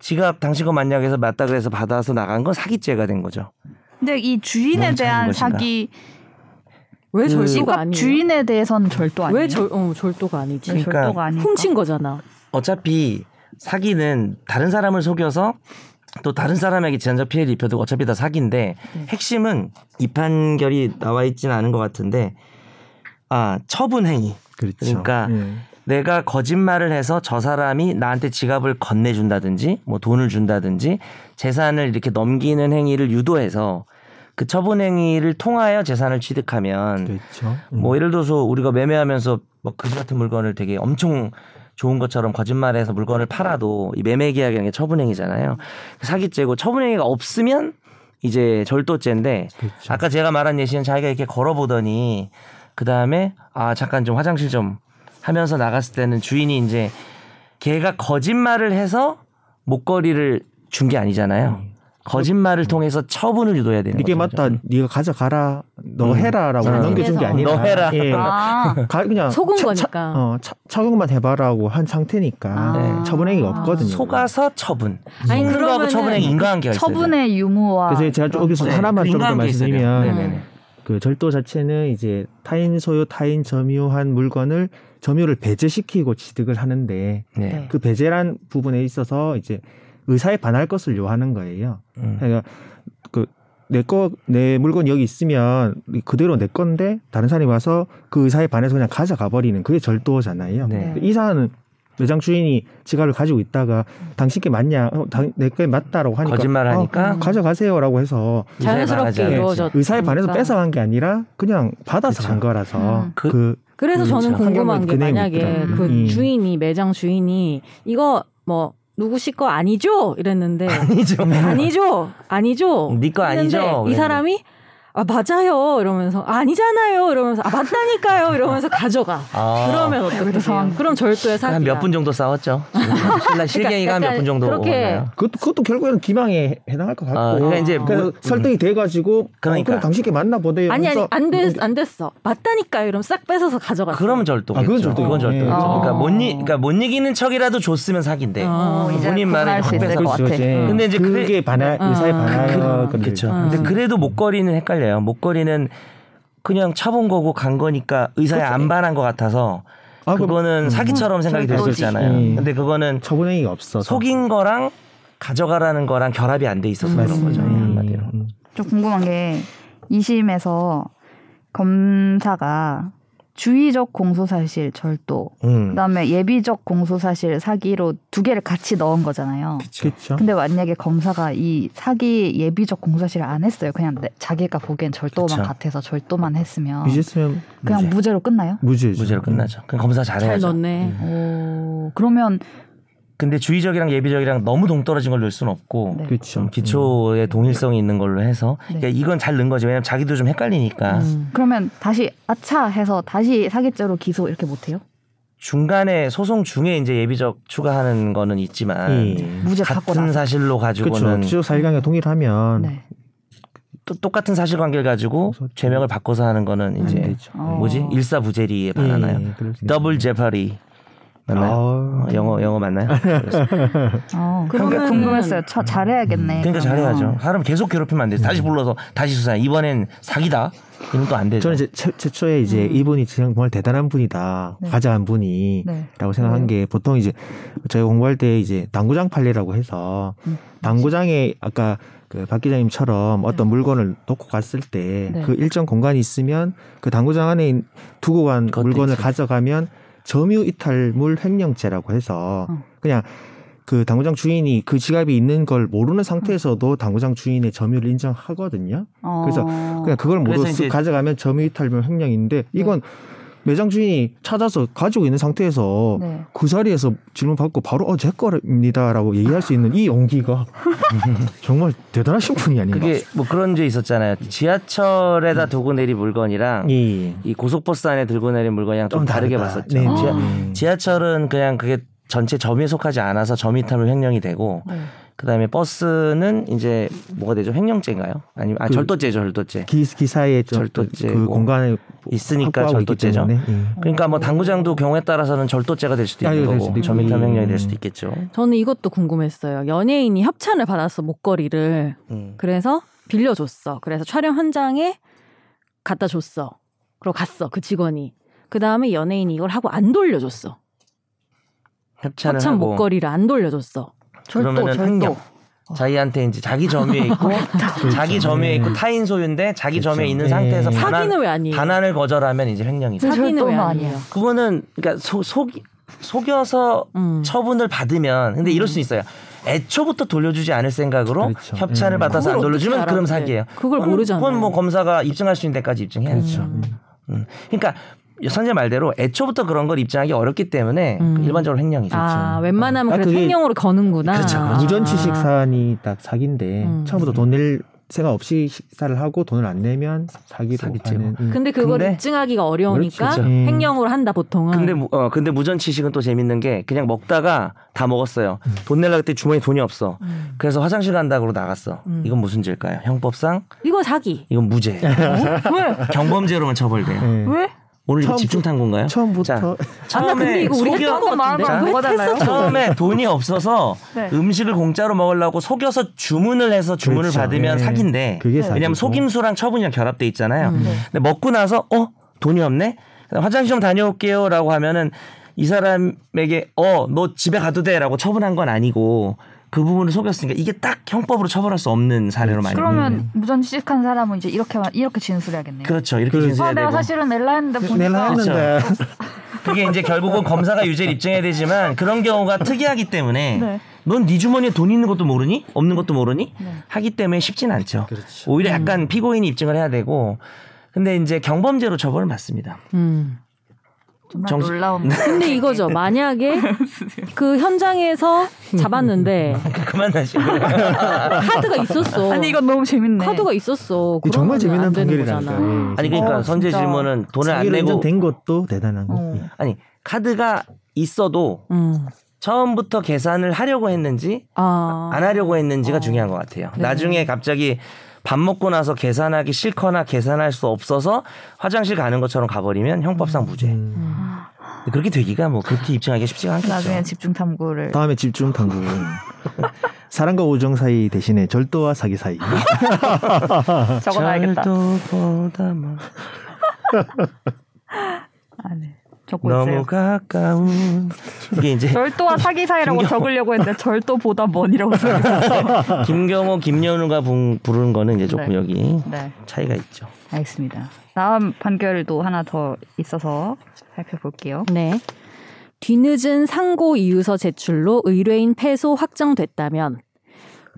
S2: 지갑 당신 거 맞냐 그래서 맞다 그래서 받아서 나간 건 사기죄가 된 거죠.
S1: 근데 이 주인에
S2: 뭔 차이인
S1: 대한
S2: 것인가?
S1: 사기 그
S3: 왜 절도가
S1: 지갑
S3: 아니에요?
S1: 음. 주인에 대해서는 절도 아니에요
S3: 왜 절, 어, 절도가 아니지?
S1: 네,
S2: 그러니까
S1: 절도가 아니까
S3: 훔친 거잖아.
S2: 어차피 사기는 다른 사람을 속여서 또 다른 사람에게 지난적 피해를 입혀도 어차피 다 사기인데 핵심은 이 판결이 나와 있지는 않은 것 같은데 아 처분 행위
S4: 그렇죠.
S2: 그러니까
S4: 예.
S2: 내가 거짓말을 해서 저 사람이 나한테 지갑을 건네준다든지 뭐 돈을 준다든지 재산을 이렇게 넘기는 행위를 유도해서 그 처분 행위를 통하여 재산을 취득하면
S4: 그렇죠. 음.
S2: 뭐 예를 들어서 우리가 매매하면서 막 그지 같은 물건을 되게 엄청 좋은 것처럼 거짓말해서 물건을 팔아도 이 매매 계약이라는 게 처분행위잖아요. 사기죄고 처분행위가 없으면 이제 절도죄인데
S4: 그렇죠.
S2: 아까 제가 말한 예시는 자기가 이렇게 걸어보더니 그 다음에 아 잠깐 좀 화장실 좀 하면서 나갔을 때는 주인이 이제 걔가 거짓말을 해서 목걸이를 준 게 아니잖아요. 거짓말을 통해서 처분을 유도해야 되는
S4: 음. 그렇죠. 이게
S2: 거죠.
S4: 음. 맞다. 네가 가져가라. 너
S2: 음.
S4: 해라라고
S2: 음.
S4: 넘겨준 게 아니라
S2: 너 해라.
S4: 예.
S1: 아,
S2: 그러니까
S4: 가- 그냥
S3: 속은
S4: 차- 차-
S3: 거니까.
S4: 어, 차- 착용만 해봐라고 한 상태니까
S2: 네.
S4: 처분행위가 없거든요.
S2: 속아서 처분.
S3: 아니,
S2: 그거하고
S3: 그러면은
S2: 처분행위 인과관계가 있어요.
S1: 처분의 유무와
S4: 그래서 제가 좀 여기서
S2: 네,
S4: 하나만 좀 더
S2: 인과관계 있어야 돼요.
S4: 말씀드리면
S2: 네네네.
S4: 그 절도 자체는 이제 타인 소유, 타인 점유한 물건을 점유를 배제시키고 취득을 하는데
S2: 네.
S1: 네.
S4: 그 배제란 부분에 있어서 이제 의사에 반할 것을 요하는 거예요.
S2: 음.
S4: 그러니까 그내거내 물건 여기 있으면 그대로 내 건데 다른 사람이 와서 그 의사에 반해서 그냥 가져가 버리는 그게 절도잖아요. 그
S2: 네.
S4: 이 사안은 매장 주인이 지갑을 가지고 있다가 당신께 맞냐? 어, 당- 내 거에 맞다라고 하니까
S2: 거짓말하니까
S4: 어, 가져가세요라고 해서
S2: 의사에
S3: 자연스럽게
S2: 반하지
S3: 이루어졌.
S4: 의사에 반해서
S3: 그러니까.
S4: 뺏어간 게 아니라 그냥 받아서
S2: 그쵸.
S4: 간 거라서
S1: 음.
S2: 그렇죠. 그-
S4: 그
S3: 그래서 저는
S2: 그렇죠.
S3: 궁금한 게
S4: 환경은
S3: 만약에
S1: 그대로
S3: 그
S4: 있더라. 음.
S3: 주인이 매장 주인이 이거 뭐 누구 씨거 아니죠? 이랬는데
S2: 아니죠.
S3: 아니죠, 아니죠.
S2: 네거 아니죠?
S3: 했는데 이
S2: 그랬는데.
S3: 사람이 아 맞아요 이러면서 아니잖아요 이러면서 아 맞다니까요 이러면서 가져가.
S2: 아.
S3: 그러면 어떻게 돼요?
S1: 상황.
S3: 그럼 절도의 사기야.
S2: 한 몇 분 정도 싸웠죠. 신랑 실갱이가 한 몇 분 정도
S3: 그렇게
S2: 오나요?
S4: 그것도, 그것도 결국에는 기망에 해당할 것 같고
S2: 아, 그러니까 이제
S4: 그래서
S2: 뭐-
S4: 설득이 돼가지고
S2: 그러니까.
S4: 어, 그럼 당신께 만나 보대요.
S3: 아니 아니
S4: 그래서
S3: 안됐안 됐어 맞다니까요 이러면 싹 뺏어서 가져갔어.
S2: 그러면 절도겠죠.
S4: 아, 그건 절도죠.
S2: 그건 절도겠죠.
S1: 네.
S2: 그러니까
S1: 어.
S2: 못, 이, 그러니까 못 이기는 척이라도 줬으면 사기인데.
S3: 어,
S1: 이제
S2: 본인 말에
S1: 구분할 수 있을
S2: 확
S1: 것
S2: 뺏어.
S1: 같아.
S4: 그렇죠, 이제.
S3: 음.
S2: 근데 이제 그래-
S4: 그게 반할
S3: 음.
S4: 의사에
S3: 그-
S4: 반할
S3: 그-
S4: 건데.
S2: 아, 그렇죠.
S3: 음.
S2: 근데 그래도 목걸이는 헷갈려요. 목걸이는 그냥 차본 거고 간 거니까 의사에 안 반한 것 같아서
S4: 아, 그럼
S2: 그거는 사기처럼 생각이 될 수
S4: 절도지.
S2: 있잖아요.
S4: 음.
S2: 근데 그거는
S4: 처분행위가 없어서
S2: 속인 거랑 가져가라는 거랑 결합이 안 돼 있어서 그런 거죠.
S1: 맞습니다.
S2: 예, 한마디로.
S4: 음.
S1: 좀 궁금한 게 2심에서 검사가 주의적 공소사실 절도
S2: 음.
S1: 그다음에 예비적 공소사실 사기로 두 개를 같이 넣은 거잖아요.
S2: 어?
S4: 그렇죠.
S1: 근데 만약에 검사가 이 사기 예비적 공소사실을 안 했어요. 그냥 내- 자기가 보기엔 절도만
S2: 그쵸.
S1: 같아서 절도만 했으면
S4: 유지수면
S1: 그냥 무죄. 로 끝나요?
S4: 무죄죠.
S2: 무죄로 끝나죠. 그냥 검사
S3: 잘
S2: 잘해야죠.
S3: 넣네.
S2: 음.
S1: 오, 그러면
S2: 근데 주의적이랑 예비적이랑 너무 동떨어진 걸 넣을 수는 없고
S1: 네.
S4: 그렇죠.
S2: 좀 기초의 동일성이 있는 걸로 해서
S1: 네.
S2: 그러니까 이건 잘 넣은 거지. 왜냐면 자기도 좀 헷갈리니까
S3: 음.
S1: 그러면 다시 아차 해서 다시 사기죄로 기소 이렇게 못 해요?
S2: 중간에 소송 중에 이제 예비적 추가하는 거는 있지만
S4: 예.
S1: 무죄 받고
S2: 같은
S1: 나서.
S2: 사실로
S4: 그렇죠.
S2: 가지고는
S4: 기초 사실관계
S2: 음.
S4: 동일하면
S1: 네.
S2: 또 똑같은 사실관계를 가지고
S4: 그래서
S2: 죄명을 바꿔서 하는 거는
S4: 안
S2: 이제
S4: 되죠.
S1: 어.
S2: 뭐지 일사부재리에 반하나요?
S4: 예, 그럴 수 있는-
S2: 더블 제파리 맞나요?
S4: 아,
S2: 어,
S4: 네,
S2: 영어 영어 맞나요? 그렇습니다.
S1: 어,
S3: 그러면은-
S1: 그러니까 궁금했어요. 차- 잘해야겠네. 그러면.
S2: 그러니까 잘해야죠. 사람 계속 괴롭히면 안 돼. 다시 불러서 다시 수사. 이번엔 사기다. 이러면 또 안 되죠.
S4: 저는 이제 최, 최초에 이제
S1: 음.
S4: 이분이 정말 대단한 분이다,
S1: 네.
S4: 과자한 분이.
S1: 네.
S4: 라고 생각한
S1: 음.
S4: 게 보통 이제 저희 공부할 때 이제 당구장 판례라고 해서
S1: 음.
S4: 당구장에 아까 그 박 기자님처럼 어떤 물건을 놓고 갔을 때 그
S1: 네.
S4: 일정 공간이 있으면 그 당구장 안에 인- 두고 간
S2: 그것도
S4: 물건을
S2: 있죠.
S4: 가져가면 점유 이탈물 횡령죄라고 해서
S1: 어.
S4: 그냥 그 당구장 주인이 그 지갑이 있는 걸 모르는
S1: 음.
S4: 상태에서도 당구장 주인의 점유를 인정하거든요.
S1: 어.
S4: 그래서 그냥 그걸 모두
S2: 그래서 이제-
S4: 쓱 가져가면 점유 이탈물 횡령인데 이건
S1: 네.
S4: 매장 주인이 찾아서 가지고 있는 상태에서
S1: 네.
S4: 그 자리에서 질문 받고 바로 어 제 거입니다라고 얘기할 수 있는 이 용기가 정말 대단하신 분이 아닌가.
S2: 그게 뭐 그런 죄 있었잖아요. 지하철에다 두고 내린 물건이랑
S4: 예.
S2: 이 고속버스 안에 들고 내린 물건이랑 좀 다르게
S4: 다르다.
S2: 봤었죠.
S4: 네,
S2: 지하,
S4: 네.
S2: 지하철은 그냥 그게 전체 점유에 속하지 않아서 점유이탈물 횡령이 되고
S1: 네.
S2: 그다음에 버스는 이제 뭐가 되죠? 횡령죄인가요? 아니면 아
S4: 그-
S2: 절도죄죠, 절도죄.
S4: 기, 기사에 좀
S2: 절도죄
S4: 그
S2: 뭐
S4: 공간에
S2: 있으니까
S4: 확보하고 있기
S2: 절도죄죠.
S4: 때문에, 예.
S2: 그러니까 뭐 당구장도 경우에 따라서는 절도죄가 될 수도
S4: 음. 아,
S2: 있는
S4: 될
S2: 거고
S4: 수도 있고.
S2: 점유이탈물 횡령이
S4: 음.
S2: 될 수도 있겠죠.
S3: 저는 이것도 궁금했어요. 연예인이 협찬을 받았어 목걸이를.
S2: 음.
S3: 그래서 빌려줬어. 그래서 촬영 현장에 갖다 줬어. 그리고 갔어 그 직원이. 그 다음에 연예인이 이걸 하고 안 돌려줬어.
S2: 협찬을
S3: 협찬
S2: 하고
S3: 목걸이를 안 돌려줬어.
S2: 음.
S1: 절도 어?
S2: 그러면은
S1: 절도.
S2: 횡령. 자기한테 이제 자기 점유에 있고 자기 점유에 있고 타인 소유인데 자기
S4: 네. 그렇죠.
S2: 점유에 있는
S4: 네.
S2: 상태에서 반환,
S3: 사기는 왜 아니에요?
S2: 반환을 거절하면 이제 횡령이죠.
S1: 사-
S3: 사기는 왜
S1: 절도는
S3: 뭐 아니에요?
S1: 아니에요.
S2: 그거는 그러니까 소, 속 속여서
S3: 음.
S2: 처분을 받으면 근데 이럴 수 있어요. 애초부터 돌려주지 않을 생각으로
S4: 음. 그렇죠.
S2: 협찬을
S4: 음.
S2: 받아서 안
S3: 그걸 어떻게
S2: 돌려주면
S3: 알아,
S2: 그럼
S3: 근데?
S2: 사기예요.
S3: 그걸
S2: 그건-
S3: 모르잖아요.
S2: 그건 뭐 검사가 입증할 수 있는 데까지 입증해야죠.
S4: 그렇죠.
S3: 음.
S2: 음. 그러니까 선재 말대로 애초부터 그런 걸 입증하기 어렵기 때문에 그
S3: 음.
S2: 일반적으로 횡령이죠.
S3: 아 웬만하면
S4: 아,
S3: 그래도
S4: 그게-
S3: 생명으로 거는구나.
S2: 그렇죠, 그렇죠.
S3: 아.
S4: 무전취식 사안이 딱 사기인데
S3: 음.
S4: 처음부터 돈 낼 생각 없이 식사를 하고 돈을 안 내면 사기로
S2: 사기죄고.
S4: 하는. 음.
S3: 근데 그걸
S2: 근데-
S3: 입증하기가 어려우니까
S2: 그렇죠.
S4: 음.
S3: 횡령으로 한다 보통은.
S2: 근데 무- 어 근데 무전 치식은 또 재밌는 게 그냥 먹다가 다 먹었어요.
S4: 음.
S2: 돈 내려 그때 주머니 에 돈이 없어.
S3: 음.
S2: 그래서 화장실 간다고 나갔어.
S3: 음.
S2: 이건 무슨 죄일까요? 형법상
S3: 이거 사기.
S2: 이건 무죄.
S3: 어? 왜?
S2: 경범죄로만 처벌돼요.
S4: 예.
S3: 왜?
S2: 오늘 이거
S4: 처음-
S2: 집중 탐구인가요?
S4: 처음부터
S3: 아, 나 근데 이거 우리
S2: 속여-
S3: 했던 거 같은데.
S2: 자,
S1: 마음을
S3: 이거
S1: 먹어야 되나요?
S3: 했었죠?
S2: 네. 처음에 돈이 없어서
S1: 뭐 네.
S2: 음식을 공짜로 먹으려고 속여서 주문을 해서 주문을
S4: 그렇죠.
S2: 받으면
S4: 예.
S2: 사기인데
S4: 그게
S1: 네.
S4: 사기.
S2: 왜냐면 속임수랑 처분이랑 결합돼 있잖아요.
S3: 음.
S2: 근데 먹고 나서 어 돈이 없네 화장실 좀 다녀올게요라고 하면은 이 사람에게 어 너 집에 가도 돼라고 처분한 건 아니고 그 부분을 속였으니까 이게 딱 형법으로 처벌할 수 없는 사례로 많이 음.
S4: 그렇죠.
S1: 그러면 무전취식한 사람은 이제 이렇게 이렇게 진술해야겠네요.
S2: 그렇죠 이렇게
S4: 그렇죠.
S1: 아,
S2: 진술해야
S1: 내가
S2: 되고
S1: 사실은 낼라 했는데 보니까
S4: 내가 했는데
S2: 그게 이제 결국은 검사가 유죄를 입증해야 되지만 그런 경우가 특이하기 때문에
S1: 네.
S2: 넌 네 주머니에 돈 있는 것도 모르니 없는 것도 모르니 하기 때문에 쉽진 않죠.
S4: 그렇죠.
S2: 오히려
S1: 음.
S2: 약간 피고인이 입증을 해야 되고 근데 이제 경범죄로 처벌을 받습니다.
S3: 음.
S1: 정말
S2: 정신-
S1: 놀라운.
S3: 근데 이거죠. 만약에 그 현장에서 잡았는데
S2: 그만하시고
S4: 그러니까
S3: 카드가 있었어.
S1: 아니 이건 너무 재밌네.
S3: 카드가 있었어.
S4: 이게
S3: 그러면
S4: 정말 재미난
S3: 안 되는
S4: 판결이라니까. 예.
S3: 거잖아.
S2: 아니 그러니까
S1: 어,
S2: 선제
S1: 진짜.
S2: 질문은 돈을 안
S4: 사기로
S2: 내고
S4: 인정된 것도 대단한 거.
S1: 어.
S4: 예.
S2: 아니 카드가 있어도
S3: 음.
S2: 처음부터 계산을 하려고 했는지
S3: 아.
S2: 안 하려고
S1: 어.
S2: 했는지가 중요한 것 같아요.
S3: 네.
S2: 나중에 갑자기 밥 먹고 나서 계산하기 싫거나 계산할 수 없어서 화장실 가는 것처럼 가버리면 형법상
S1: 네.
S2: 무죄.
S4: 음.
S2: 근데 그렇게 되기가 뭐 그렇게 입증하기 쉽지가 않겠죠.
S1: 나중에 집중 탐구를.
S4: 다음에 집중 탐구. 사랑과 우정 사이 대신에 절도와 사기 사이.
S2: 아,
S1: 적어놔야겠다.
S2: 절도 보다 뭐.
S1: 아, 네. 적고
S2: 너무 그
S1: 있어요.
S2: 가까운 이게 이제
S1: 절도와 사기 사이라고 적으려고 했는데 절도보다 먼이라고 써요.
S2: 김경호, 김연우가 부- 부르는 거는 이제 조금
S1: 네.
S2: 여기
S1: 네,
S2: 차이가 있죠. 뭐,
S1: 알겠습니다. 다음 판결도 하나 더 있어서
S2: 뭐,
S1: 살펴볼게요.
S3: 네. 뒤늦은 상고 이유서 제출로 의뢰인 패소 확정됐다면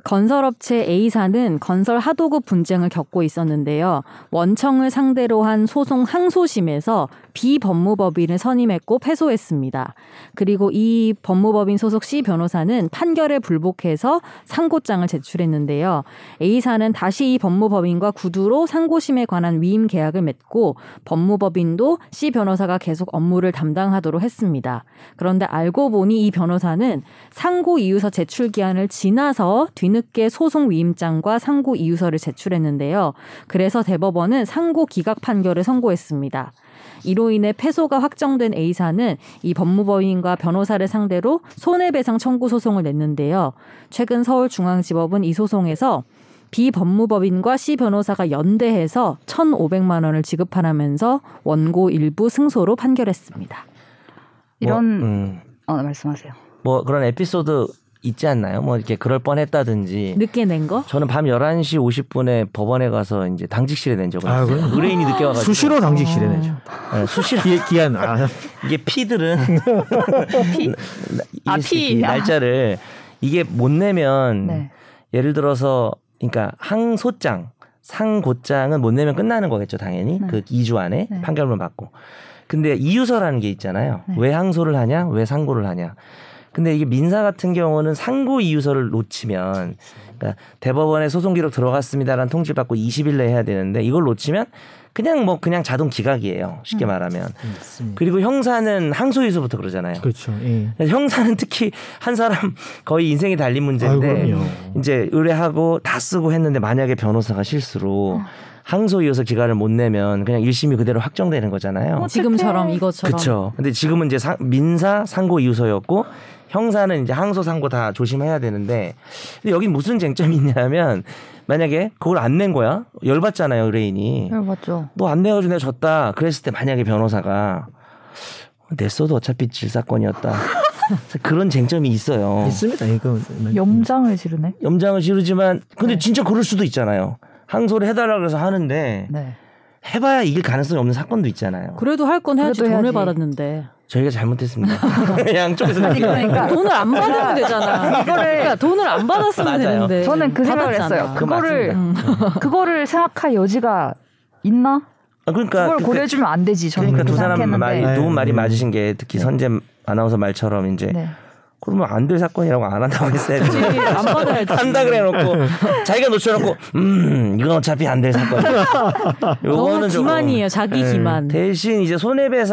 S3: 건설업체 A사는 건설 하도급 분쟁을 겪고 있었는데요. 원청을 상대로 한 소송 항소심에서 비법무법인을 선임했고 패소했습니다. 그리고 이 법무법인 소속 C 변호사는 판결에 불복해서 상고장을 제출했는데요. A사는 다시 이 법무법인과 구두로 상고심에 관한 위임 계약을 맺고 법무법인도 C 변호사가 계속 업무를 담당하도록 했습니다. 그런데 알고 보니 이 변호사는 상고 이유서 제출 기한을 지나서 뒤늦게 소송 위임장과 상고 이유서를 제출했는데요. 그래서 대법원은 상고 기각 판결을 선고했습니다. 이로 인해 패소가 확정된 A사는 이 법무법인과 변호사를 상대로 손해배상 청구 소송을 냈는데요. 최근 서울중앙지법은 이 소송에서 비법무법인과 C 변호사가 연대해서 1,500만 원을 지급하라면서 원고 일부 승소로 판결했습니다.
S1: 이런
S2: 뭐, 음,
S1: 어 말씀하세요.
S2: 뭐 그런 에피소드 있지 않나요? 뭐 이렇게 그럴 뻔했다든지.
S3: 늦게 낸 거?
S2: 저는 밤 11시 50분에 법원에 가서 이제 당직실에 낸 적은
S4: 아,
S2: 있어요.
S4: 그래요?
S2: 의뢰인이 늦게 와가지고
S4: 수시로
S1: 아.
S4: 당직실에 내죠.
S2: 네, 수시로 음,
S4: 기, 기한 아,
S2: 이게 피들은
S1: 아, 피. 아.
S2: 날짜를 이게 못 내면
S1: 네.
S2: 예를 들어서 그러니까 항소장, 상고장은 못 내면 끝나는 거겠죠, 당연히.
S1: 네.
S2: 그 2주 안에
S1: 네.
S2: 판결문 받고. 근데 이유서라는 게 있잖아요.
S1: 네.
S2: 왜 항소를 하냐? 왜 상고를 하냐? 근데 이게 민사 같은 경우는 상고 이유서를 놓치면 그러니까 대법원에 소송 기록 들어갔습니다라는 통지 받고 20일 내에 해야 되는데 이걸 놓치면 그냥 뭐 그냥 자동 기각이에요.
S1: 음.
S2: 쉽게 말하면. 그리고 형사는 항소 이유서부터 그러잖아요.
S4: 그렇죠. 예.
S2: 형사는 특히 한 사람 거의 인생이 달린
S4: 아유,
S2: 문제인데
S4: 그럼요.
S2: 이제 의뢰하고 다 쓰고 했는데 만약에 변호사가 실수로 항소 이어서 기간을 못 내면 그냥 1심이 그대로 확정되는
S3: 어,
S2: 거잖아요.
S3: 지금처럼 이것처럼.
S2: 그렇죠. 근데 지금은 이제 상- 민사 상고 이유서였고 형사는 이제 항소 상고 다 조심해야 되는데 근데 여기 무슨 쟁점이 있냐면 만약에 그걸 안 낸 거야 열받잖아요 의뢰인이
S1: 어. 맞죠.
S2: 너 안 내가지고 내가 졌다 그랬을 때 만약에 변호사가 냈어도 어차피 질사건이었다 그런 쟁점이 있어요.
S4: 있습니다. 이거 뭐, 음.
S1: 염장을 지르네.
S2: 염장을 지르지만 근데
S1: 네.
S2: 진짜 그럴 수도 있잖아요. 항소를 해달라 그래서 하는데
S1: 네.
S2: 해봐야 이길 가능성이 없는 사건도 있잖아요.
S3: 그래도 할 건 해야지
S1: 그래도
S3: 돈을
S1: 해야지.
S3: 받았는데
S2: 저희가 잘못했습니다. 양쪽에서
S1: 아니 그러니까
S2: 음.
S3: 돈을 안 받으면 되잖아.
S1: 이거를-
S3: 그러니까 돈을 안 받았으면
S2: 맞아요.
S3: 되는데
S1: 저는 그 생각을
S3: 받았잖아.
S1: 했어요.
S2: 그
S1: 그거를- 음.
S2: 맞습니다. 음.
S1: 그거를 생각할 여지가 있나?
S2: 아, 그러니까
S1: 그걸
S2: 그-
S1: 고려해주면 안 되지. 저는
S2: 그러니까
S1: 그렇게
S2: 두 사람
S1: 생각했는데.
S2: 말이
S4: 네.
S2: 누군 말이 맞으신 게 특히 선재 아나운서 말처럼 이제
S1: 네.
S2: 그러면 안 될 사건이라고 안 한다고
S1: 그
S2: 했어야지.
S3: 안 받아야지.
S2: 한다 그래놓고 자기가 놓쳐놓고 음 이건 어차피 안 될 사건이야.
S3: 너무
S2: 요거는 조금-
S3: 기만이에요. 자기
S2: 네.
S3: 기만.
S2: 대신 이제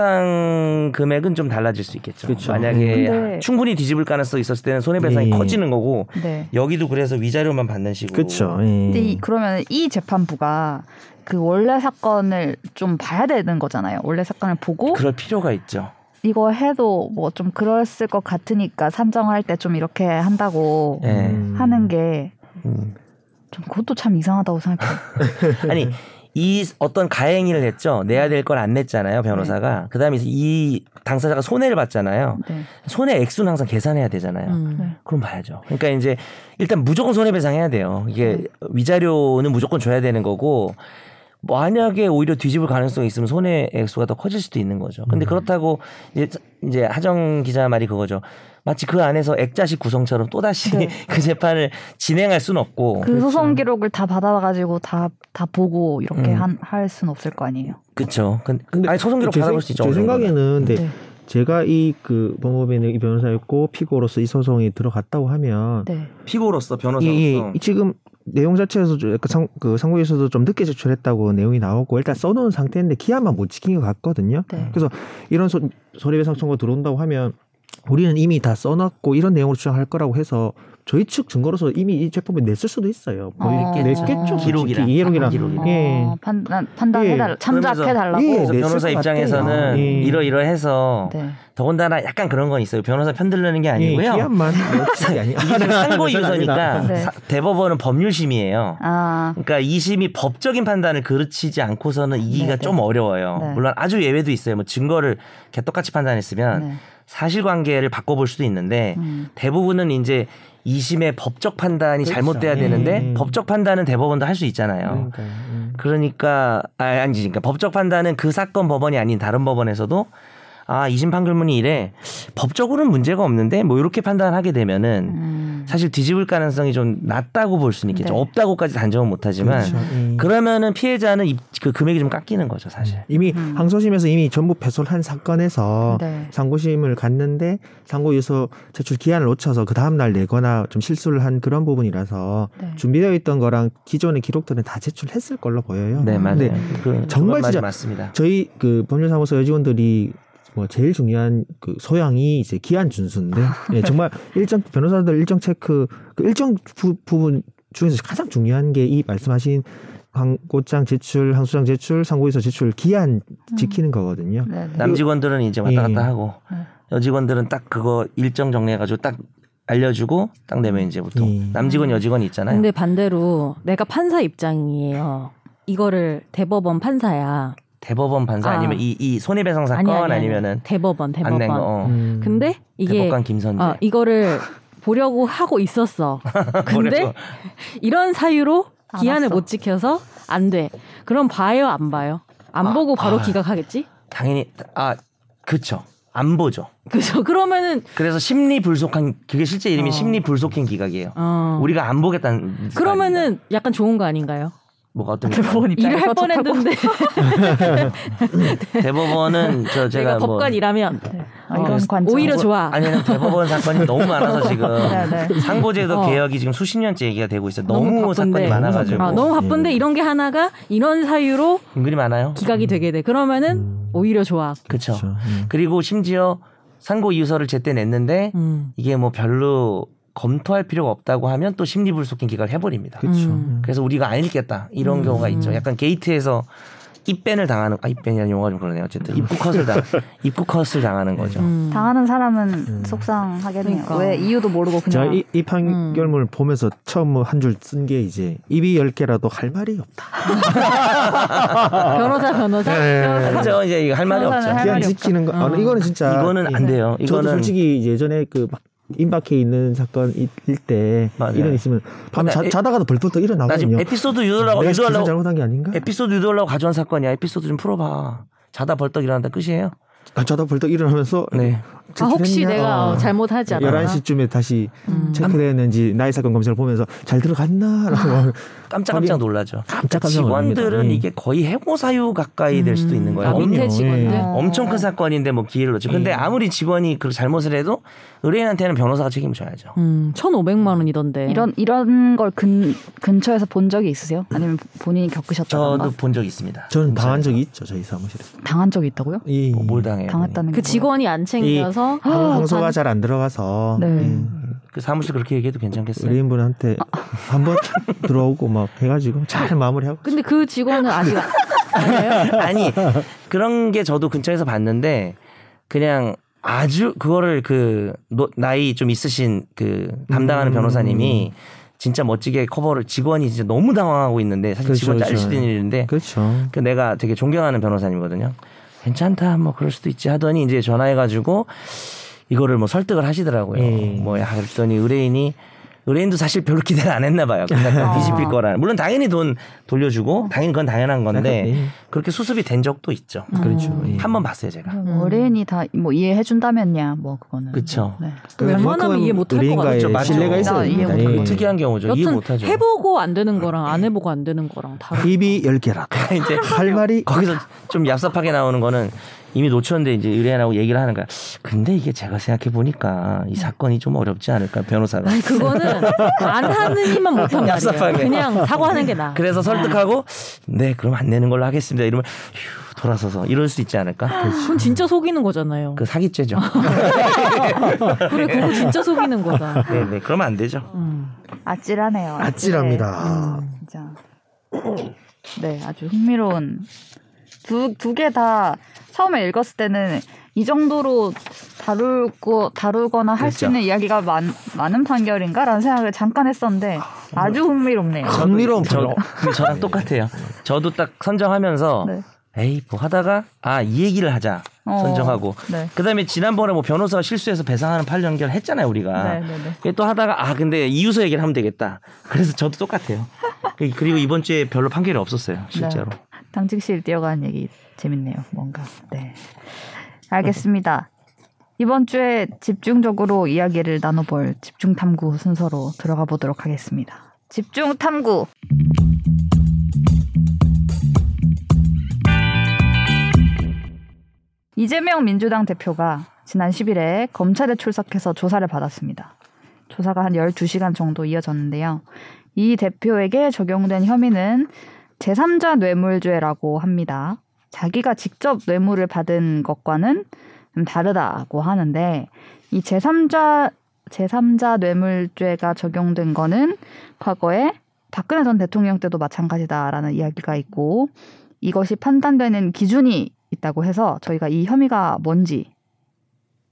S2: 손해배상 금액은 좀 달라질 수 있겠죠.
S4: 그렇죠.
S3: 네.
S2: 만약에
S1: 근데-
S2: 충분히 뒤집을 가능성이 있었을 때는 손해배상이
S4: 예.
S2: 커지는 거고
S1: 네.
S2: 여기도 그래서 위자료만 받는 식으로.
S4: 그렇죠.
S1: 근데 이, 그러면 이 재판부가 그 원래 사건을 좀 봐야 되는 거잖아요. 원래 사건을 보고
S2: 그럴 필요가 있죠.
S1: 이거 해도 뭐 좀 그랬을 것 같으니까 산정할 때 좀 이렇게 한다고
S2: 예.
S1: 하는 게
S2: 음.
S1: 좀 그것도 참 이상하다고 생각해요.
S2: 아니 이 어떤 가행위를 했죠. 내야 될 걸 안 냈잖아요 변호사가.
S3: 네.
S2: 그다음에 이제 이 당사자가 손해를 봤잖아요.
S1: 네.
S2: 손해 액수는 항상 계산해야 되잖아요.
S3: 음.
S2: 그럼 봐야죠. 그러니까 이제 일단 무조건 손해배상해야 돼요. 이게 위자료는 무조건 줘야 되는 거고 만약에 오히려 뒤집을 가능성이 있으면 손해 액수가 더 커질 수도 있는 거죠. 근데 그렇다고 이제, 이제 하정 기자 말이 그거죠. 마치 그 안에서 액자식 구성처럼 또 다시
S1: 네.
S2: 그 재판을 진행할 순 없고
S1: 그 소송 기록을 다 받아가지고 다 다 보고 이렇게
S2: 음.
S1: 한, 할 수는 없을 거 아니에요.
S2: 그렇죠. 근데, 아니 소송 기록
S4: 제 생-
S2: 받아볼 수 있죠.
S4: 제
S2: 어느 정도는.
S4: 생각에는 근데
S1: 네.
S4: 제가 이 그 법무법인의 이 변호사였고 피고로서 이 소송이 들어갔다고 하면
S1: 네.
S2: 피고로서
S4: 이,
S2: 변호사로서
S4: 이- 예, 이 지금 내용 자체에서 좀 약간 상, 그 상고에서도 좀 늦게 제출했다고 내용이 나오고 일단 써놓은 상태인데 기한만 못 지킨 것 같거든요.
S1: 네.
S4: 그래서 이런 소, 손해배상 청구 들어온다고 하면 우리는 이미 다 써놨고 이런 내용으로 주장할 거라고 해서 저희 측 증거로서 이미 이 제품을 냈을 수도 있어요. 뭐
S1: 어.
S4: 이렇게 냈겠죠.
S2: 기록이랑.
S4: 이해록이랑
S2: 기록이랑.
S1: 어,
S4: 예.
S1: 판, 단해달라
S4: 예.
S1: 참작해 달라고.
S4: 예,
S2: 그래서
S4: 네,
S2: 변호사
S4: 쓸것
S2: 입장에서는
S4: 같아요. 예.
S2: 이러이러해서
S1: 네.
S2: 더군다나 약간 그런 건 있어요. 변호사 편들려는 게
S4: 예,
S2: 아니고요.
S4: 기한만 놓치는 게 아니.
S2: 이게 지금
S4: 그러니까,
S2: 상고 이유서니까
S1: 네.
S2: 사- 대법원은 법률심이에요.
S1: 아,
S2: 그러니까 이심이 법적인 판단을 그르치지 않고서는 이기가
S1: 네, 네.
S2: 좀 어려워요.
S1: 네.
S2: 물론 아주 예외도 있어요. 뭐 증거를 개떡같이 판단했으면
S1: 네.
S2: 사실관계를 바꿔볼 수도 있는데
S1: 음.
S2: 대부분은 이제 이심의 법적 판단이
S4: 그렇죠.
S2: 잘못돼야 되는데
S4: 음.
S2: 법적 판단은 대법원도 할 수 있잖아요.
S4: 그러니까요. 음.
S2: 그러니까 아, 아니지 그러니까 법적 판단은 그 사건 법원이 아닌 다른 법원에서도 아 이심 판결문이 이래 법적으로는 문제가 없는데 뭐 이렇게 판단하게 되면은
S1: 음.
S2: 사실 뒤집을 가능성이 좀 낮다고 볼 수는 있겠죠
S1: 네.
S2: 없다고까지 단정은 못하지만
S4: 그렇죠. 예.
S2: 그러니까, 그러면은 피해자는 입- 그 금액이 좀 깎이는 거죠 사실
S4: 이미
S1: 음.
S4: 항소심에서 이미 전부 배설한 사건에서
S1: 네.
S4: 상고심을 갔는데 상고유서 제출 기한을 놓쳐서 그 다음 날 내거나 좀 실수를 한 그런 부분이라서
S1: 네.
S4: 준비되어 있던 거랑 기존의 기록들은 다 제출했을 걸로 보여요.
S2: 네 맞아요
S4: 근데
S2: 그
S4: 정말
S2: 그건 말이
S4: 진짜-
S2: 맞습니다
S4: 저희 그 법률사무소 여직원들이 뭐 제일 중요한 그 소양이 이제 기한 준수인데 예, 정말 일정 변호사들 일정 체크 그 일정 부, 분 중에서 가장 중요한 게 이 말씀하신 광고장 제출, 항소장 제출, 상고유서 제출 기한 지키는 거거든요.
S1: 네, 네.
S2: 남직원들은 이제 왔다 갔다
S4: 그 예.
S2: 하고
S1: 네.
S2: 여직원들은 딱 그거 일정 정리해가지고 딱 알려주고 딱 내면 이제 보통
S4: 예.
S2: 남직원 여직원이 있잖아요
S3: 근데 반대로 내가 판사 입장이에요. 이거를 대법원 판사야.
S2: 대법원 판사
S3: 아.
S2: 아. 니면 이, 이 손해배상 사건
S3: 아니, 아니, 아니.
S2: 아니면은
S3: 대법원
S2: 안
S3: 대법원.
S2: 낸 거. 어.
S4: 음.
S3: 근데 이게
S2: 대법관 김선재.
S3: 아, 이거를 보려고 하고 있었어. 아, 근데
S2: 뭐라고?
S3: 이런 사유로
S1: 안
S3: 기한을
S1: 왔어.
S3: 못 지켜서 안 돼. 그럼 봐요, 안 봐요? 안
S2: 아,
S3: 보고 바로
S2: 아.
S3: 기각하겠지?
S2: 당연히 아 그쵸 안 보죠.
S3: 그죠? 그러면은
S2: 그래서 심리 불속한 그게 실제 이름이
S3: 어.
S2: 심리 불속행 기각이에요.
S3: 어.
S2: 우리가 안 보겠다는 말입니다.
S3: 그러면은 약간 좋은 거 아닌가요?
S2: 뭐가 어떤
S1: 대법원
S3: 일을 할
S1: 입장에서 좋다고.
S3: 뻔했는데
S2: 대법원은 저
S3: 내가
S2: 제가 뭐
S3: 법관이라면
S1: 네. 아,
S3: 어,
S1: 이런 관점.
S3: 오히려 좋아.
S2: 아니 아니, 대법원 사건이 너무 많아서 지금
S1: 네, 네.
S2: 상고제도
S3: 어.
S2: 개혁이 지금 수십 년째 얘기가 되고 있어.
S3: 너무
S2: 너무,
S3: 바쁜데.
S2: 사건이 많아가지고
S3: 아, 너무 바쁜데 이런 게 하나가 이런 사유로
S2: 은근히 많아요.
S3: 기각이 되게 돼. 그러면은 오히려 좋아.
S2: 그쵸.
S4: 그렇죠. 음.
S2: 그리고 심지어 상고 이유서를 제때 냈는데
S3: 음.
S2: 이게 뭐 별로 검토할 필요가 없다고 하면 또 심리 불속행 기각을 해버립니다.
S4: 그렇죠.
S3: 음.
S2: 그래서 우리가 안 읽겠다 이런 경우가 있죠. 약간 게이트에서 입밴을 당하는 아 입밴이라는 용어가 좀 그러네요.
S4: 음.
S2: 어쨌든 입국 컷을 당 입국 컷을 당하는 거죠.
S3: 음.
S1: 당하는 사람은 속상하겠네요.
S3: 그러니까.
S1: 왜 이유도 모르고
S4: 제가
S1: 그냥
S4: 이,
S3: 음.
S4: 이 판결문을 보면서 처음 뭐 한 줄 쓴 게 이제 입이 열 개라도 할 말이 없다.
S3: 아, 변호사 변호사.
S2: 네. 그죠 이제 이거 할 말이
S1: 변호사는
S2: 없죠.
S1: 할
S4: 기한
S1: 말이
S4: 지키는 거. 아,
S3: 어.
S4: 이거는 진짜
S2: 이거는 안 돼요.
S4: 저도
S2: 이거는
S4: 솔직히 예전에 그 막 임박해 있는 사건일 때
S2: 맞아요.
S4: 이런 있으면 밤
S2: 나
S4: 자,
S2: 에-
S4: 자다가도 벌떡
S2: 나 지금
S4: 일어나거든요.
S2: 에피소드 유도라고
S4: 내가 기사
S2: 유도하려고
S4: 잘못한 게 아닌가?
S2: 에피소드 유도하려고 가져온 사건이야. 에피소드 좀 풀어봐. 자다 벌떡 일어난다 끝이에요.
S4: 아, 자다 벌떡 일어나면서
S2: 네.
S3: 아, 혹시
S4: 제출했냐?
S3: 내가
S4: 어.
S3: 어, 잘못하지 않았나?
S4: 11시쯤에 다시
S3: 음.
S4: 체크되었는지 나이 사건 검색을 보면서 잘 들어갔나라고
S2: 아. 깜짝깜짝 놀라죠.
S4: 깜짝깜짝
S2: 직원들은
S4: 놀랍니다. 음.
S2: 이게 거의 해고 사유 가까이 될 수도 있는 거예요.
S3: 아, 밑에
S4: 그럼요.
S3: 직원들.
S4: 예.
S1: 어.
S2: 엄청 큰 사건인데 뭐 기회를 놓죠. 근데 아무리 직원이 그 잘못을 해도 의뢰인한테는 변호사가 책임을 져야죠.
S3: 음, 1,500만 원이던데.
S1: 이런 이런 걸 근 근처에서 본 적이 있으세요? 아니면 본인이 겪으셨다던가
S2: 저도 본 적 있습니다.
S4: 저는 당한 적이 있죠 저희 사무실에서.
S1: 당한 적이 있다고요?
S4: 예.
S2: 뭐, 뭘 당해요?
S1: 당했다는 게
S3: 그 직원이 안 챙겨서
S4: 방-
S1: 아,
S4: 방소가
S1: 반-
S4: 잘 안 들어가서
S1: 네.
S4: 예.
S2: 그 사무실 그렇게 얘기해도 괜찮겠어요?
S4: 의뢰인분한테
S1: 아,
S4: 한번 들어오고 막 해가지고 잘 마무리하고
S3: 근데 그 직원은 아직 안- 아니에요?
S2: 아니 그런 게 저도 근처에서 봤는데 그냥 아주 그거를 그 노- 나이 좀 있으신 그 담당하는
S4: 음.
S2: 변호사님이 진짜 멋지게 커버를 직원이 진짜 너무 당황하고 있는데 사실
S4: 그렇죠,
S2: 직원 잘릴
S4: 그렇죠.
S2: 수도 있는 일인데
S4: 그렇죠.
S2: 그 내가 되게 존경하는 변호사님이거든요. 괜찮다, 뭐 그럴 수도 있지 하더니 이제 전화해가지고 이거를 뭐 설득을 하시더라고요.
S4: 예.
S2: 뭐 야, 그랬더니 의뢰인이 의뢰인도 사실 별로 기대를 안 했나 봐요.
S4: 아.
S2: 그냥 뒤집힐 거라. 물론 당연히 돈 돌려주고 당연히 그건 당연한 건데
S4: 당연히.
S2: 그렇게 수습이 된 적도 있죠.
S4: 아, 그렇죠.
S1: 아.
S4: 예.
S2: 한 번 봤어요 제가.
S1: 어린이 다 뭐 이해해 준다면야 뭐 그거는
S2: 그쵸.
S1: 네.
S4: 그
S3: 웬만하면
S4: 그만큼
S3: 이해 못할것
S4: 의뢰인과의
S2: 같죠. 그렇죠. 맞죠.
S4: 예. 신뢰가 있어야
S1: 나 이해
S4: 됩니다.
S1: 못할
S2: 되게
S1: 예.
S2: 특이한 경우죠. 이해
S3: 여튼
S2: 못하죠.
S3: 해보고 안 되는 거랑 안 해보고 안 되는 거랑 다른.
S4: 입이 열 개라도
S2: 이제
S4: 할 말이
S2: 거기서 좀 얍삽하게 나오는 거는 이미 놓쳤는데 이제 의뢰인하고 얘기를 하는 거야. 근데 이게 제가 생각해 보니까 이 사건이 좀 어렵지 않을까 변호사가.
S3: 아니 그거는 안 하는 이만 못한 말이에요.
S2: 얍삽하게.
S3: 그냥 사과하는 게 나.
S2: 그래서 설득하고 네 그럼 안 내는 걸로 하겠습니다 이러면 휴 돌아서서 이럴 수 있지 않을까?
S3: 그건 진짜 속이는 거잖아요.
S2: 그 사기죄죠.
S3: 그래 그거 진짜 속이는 거다.
S2: 네, 네. 그러면 안 되죠.
S3: 음.
S1: 아찔하네요.
S4: 아찔합니다.
S1: 아찔해. 진짜. 네, 아주 흥미로운 두 두 개 다 처음에 읽었을 때는 이 정도로 다루고 다루거나 할 수
S2: 그렇죠.
S1: 있는 이야기가 많, 많은 판결인가라는 생각을 잠깐 했었는데 아주 흥미롭네요.
S4: 감미로운
S2: 저,
S4: 분야.
S2: 근데 저랑 똑같아요. 저도 딱 선정하면서
S1: 네.
S2: 에이 뭐 하다가 아 이 얘기를 하자
S1: 어.
S2: 선정하고
S1: 네.
S2: 그다음에 지난번에 뭐 변호사가 실수해서 배상하는 팔 연결 했잖아요 우리가
S1: 네, 네, 네.
S2: 그게 또 하다가 아 근데 이유서 얘기를 하면 되겠다 그래서 저도 똑같아요 그- 그리고 이번 주에 별로 판결이 없었어요 실제로
S1: 네. 당직실 뛰어가는 얘기 재밌네요. 뭔가. 네. 알겠습니다. 이번 주에 집중적으로 이야기를 나눠볼 집중 탐구 순서로 들어가 보도록 하겠습니다. 집중 탐구. 이재명 민주당 대표가 지난 10일에 검찰에 출석해서 조사를 받았습니다. 조사가 한 12시간 정도 이어졌는데요. 이 대표에게 적용된 혐의는 제3자 뇌물죄라고 합니다. 자기가 직접 뇌물을 받은 것과는 좀 다르다고 하는데 이 제3자 제3자 뇌물죄가 적용된 거는 과거에 박근혜 전 대통령 때도 마찬가지다라는 이야기가 있고 이것이 판단되는 기준이 있다고 해서 저희가 이 혐의가 뭔지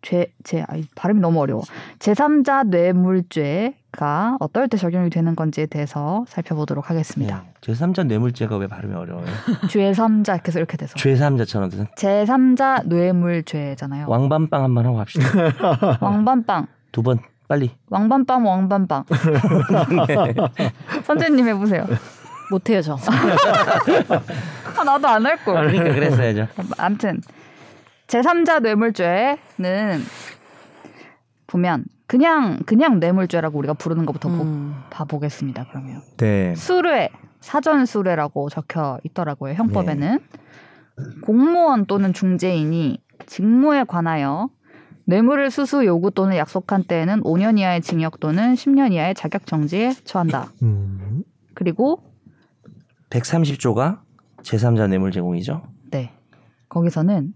S1: 죄, 제, 아이, 발음이 너무 어려워. 제3자 뇌물죄가 어떨 때 적용이 되는 건지에 대해서 살펴보도록 하겠습니다.
S2: 제3자 예. 뇌물죄가 왜 발음이 어려워요
S1: 죄삼자 계속 이렇게 돼서
S2: 죄3자처럼 돼서
S1: 제삼자 뇌물죄잖아요.
S2: 왕밤빵 한 번 하고 합시다
S1: 왕밤빵,
S2: 두 번 빨리
S1: 왕밤빵, 왕밤빵. 네. 선생님 해보세요.
S3: 못해요 저.
S2: 음.
S1: 아, 나도 안 할 걸.
S2: 그러니까 그랬어야죠
S1: 아무튼 제3자 뇌물죄는 보면 그냥 그냥 뇌물죄라고 우리가 부르는 것부터 보-
S3: 음.
S1: 봐보겠습니다. 그러면
S2: 네
S1: 수뢰 사전 수뢰라고 적혀 있더라고요 형법에는 공무원 또는 중재인이 직무에 관하여 뇌물을 수수 요구 또는 약속한 때에는 5년 이하의 징역 또는 10년 이하의 자격 정지에 처한다.
S4: 음.
S1: 그리고
S2: 130조가 제3자 뇌물 제공이죠
S1: 네. 거기서는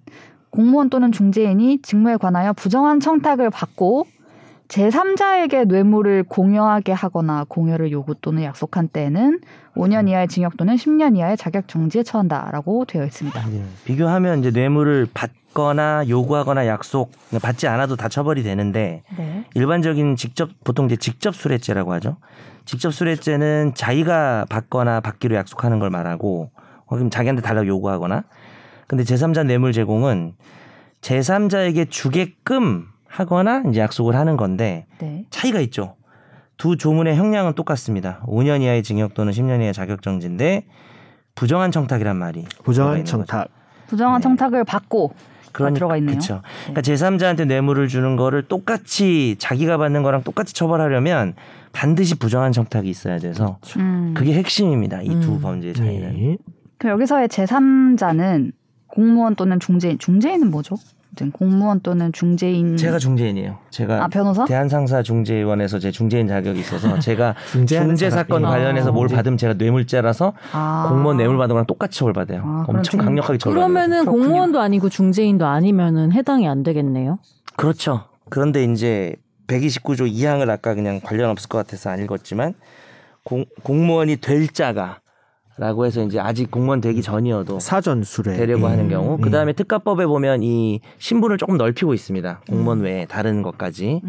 S1: 공무원 또는 중재인이 직무에 관하여 부정한 청탁을 받고 제3자에게 뇌물을 공여하게 하거나 공여를 요구 또는 약속한 때에는 5년 이하의 징역 또는 10년 이하의 자격 정지에 처한다라고 되어 있습니다.
S4: 예.
S2: 비교하면 이제 뇌물을 받거나 요구하거나 약속 받지 않아도 다 처벌이 되는데
S1: 네.
S2: 일반적인 직접 보통 이제 직접 수뢰죄라고 하죠. 직접 수뢰죄는 자기가 받거나 받기로 약속하는 걸 말하고 어, 그럼 자기한테 달라고 요구하거나 근데 제3자 뇌물 제공은 제3자에게 주게끔 하거나 이제 약속을 하는 건데
S1: 네.
S2: 차이가 있죠. 두 조문의 형량은 똑같습니다. 5년 이하의 징역 또는 10년 이하의 자격 정지인데 부정한 청탁이란 말이 들어가
S4: 부정한
S2: 있는 거죠.
S4: 청탁.
S1: 부정한
S2: 네.
S1: 청탁을 받고
S2: 그러니까
S1: 들어가 있네요.
S2: 그쵸. 그러니까 제3자한테 뇌물을 주는 거를 똑같이 자기가 받는 거랑 똑같이 처벌하려면 반드시 부정한 청탁이 있어야 돼서
S1: 음.
S2: 그게 핵심입니다. 이 두
S3: 음.
S2: 범죄의 차이는.
S4: 네.
S1: 그럼 여기서의 제3자는 공무원 또는 중재인 중재인은 뭐죠? 아무튼 공무원 또는 중재인
S2: 제가 중재인이에요. 제가
S1: 아 변호사?
S2: 대한상사 중재위원회에서 제 중재인 자격이 있어서 제가
S4: 중재하는
S2: 중재 사건
S4: 사람이. 아.
S2: 관련해서 뭘 받으면 제가 뇌물죄라서
S1: 아.
S2: 공무원 뇌물 받은 거랑 똑같이 처벌받아요.
S1: 아, 그럼
S2: 엄청
S1: 중-
S2: 강력하게 처벌받아요.
S3: 그러면은
S1: 그렇군요.
S3: 공무원도 아니고 중재인도 아니면은 해당이 안 되겠네요.
S2: 그렇죠. 그런데 이제 129조 2항을 아까 그냥 관련 없을 것 같아서 안 읽었지만 공, 공무원이 될 자가라고 해서 이제 아직 공무원 되기 전이어도
S4: 사전 수뢰.
S2: 되려고
S4: 예.
S2: 하는 경우
S4: 예.
S2: 네. 그다음에 특가법에 보면 이 신분을 조금 넓히고 있습니다. 공무원 외에 다른 것까지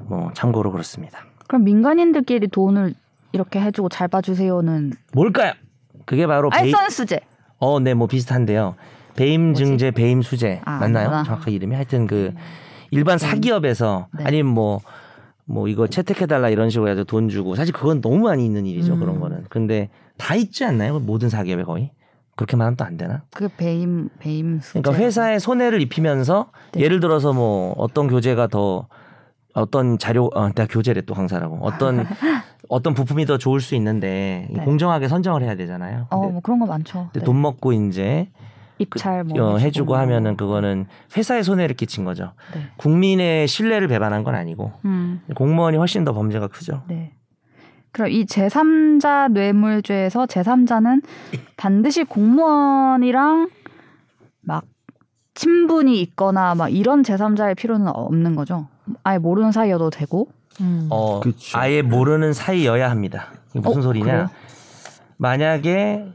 S2: 뭐 참고로 그렇습니다.
S1: 그럼 민간인들끼리 돈을 이렇게 해주고 잘 봐주세요는
S2: 뭘까요? 그게 바로 베이
S1: 알선수재.
S2: 어, 네, 뭐 비슷한데요. 배임증제, 배임수재
S1: 아,
S2: 맞나요?
S1: 아니구나.
S2: 정확한 이름이 하여튼 그 일반 사기업에서
S1: 네.
S2: 아니면 뭐. 뭐 이거 채택해달라 이런 식으로 해서 돈 주고 사실 그건 너무 많이 있는 일이죠
S3: 음.
S2: 그런 거는 근데 다 있지 않나요 그 모든 사기업에 거의 그렇게 말하면 또 안 되나
S1: 그게 배임 배임수재.
S2: 그러니까 회사에 손해를 입히면서
S1: 그렇죠. 네.
S2: 예를 들어서 뭐 어떤 교재가 더 어떤 자료 아, 내가 교재래 또 강사라고 어떤 어떤 부품이 더 좋을 수 있는데
S1: 네.
S2: 공정하게 선정을 해야 되잖아요 근데,
S1: 어뭐 그런 거 많죠.
S2: 근데
S1: 네.
S2: 돈 먹고 이제
S1: 입찰 뭐
S2: 어, 해주고
S1: 해주고.
S2: 하면은 그거는 회사에 손해를 끼친 거죠.
S1: 네.
S2: 국민의 신뢰를 배반한 건 아니고
S1: 음,
S2: 공무원이 훨씬 더 범죄가 크죠.
S1: 네. 그럼 이 제3자 뇌물죄에서 제3자는 반드시 공무원이랑 막 친분이 있거나 막 이런 제3자의 필요는 없는 거죠. 아예 모르는 사이여도 되고.
S3: 음.
S2: 어,
S4: 그쵸.
S2: 아예 모르는 사이여야 합니다. 이게 무슨
S1: 어,
S2: 소리냐?
S1: 그래요?
S2: 만약에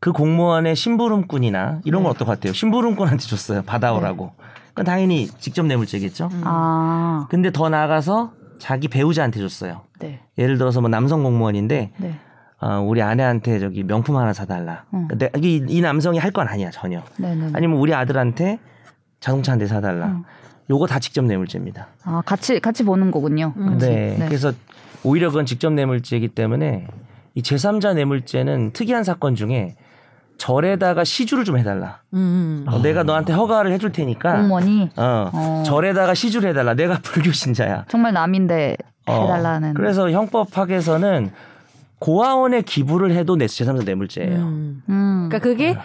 S2: 그 공무원의 심부름꾼이나 이런
S1: 네.
S2: 건 어떨 것 같아요? 심부름꾼한테 줬어요. 받아오라고. 그건 당연히 직접 뇌물죄겠죠.
S3: 음.
S1: 아,
S2: 근데 더 나아가서 자기 배우자한테 줬어요.
S1: 네,
S2: 예를 들어서 뭐 남성 공무원인데
S1: 네,
S2: 어, 우리 아내한테 저기 명품 하나 사달라.
S1: 음.
S2: 근데 이, 이 남성이 할 건 아니야 전혀.
S1: 네, 네.
S2: 아니면 우리 아들한테 자동차 한 대 사달라.
S1: 음.
S2: 요거 다 직접 뇌물죄입니다.
S1: 아 같이 같이 보는 거군요.
S3: 음.
S1: 같이.
S2: 네. 그래서 오히려 그건 직접 뇌물죄이기 때문에 이 제3자 뇌물죄는 특이한 사건 중에 절에다가 시주를 좀 해달라.
S3: 음.
S2: 어, 내가 너한테 허가를 해줄 테니까.
S1: 공무원이
S2: 어,
S1: 어.
S2: 절에다가 시주를 해달라. 내가 불교 신자야.
S1: 정말 남인데
S2: 어,
S1: 해달라는.
S2: 그래서 형법학에서는 고아원에 기부를 해도 내 제3자 뇌물죄예요. 아.
S3: 음.
S1: 음.
S3: 그러니까 그게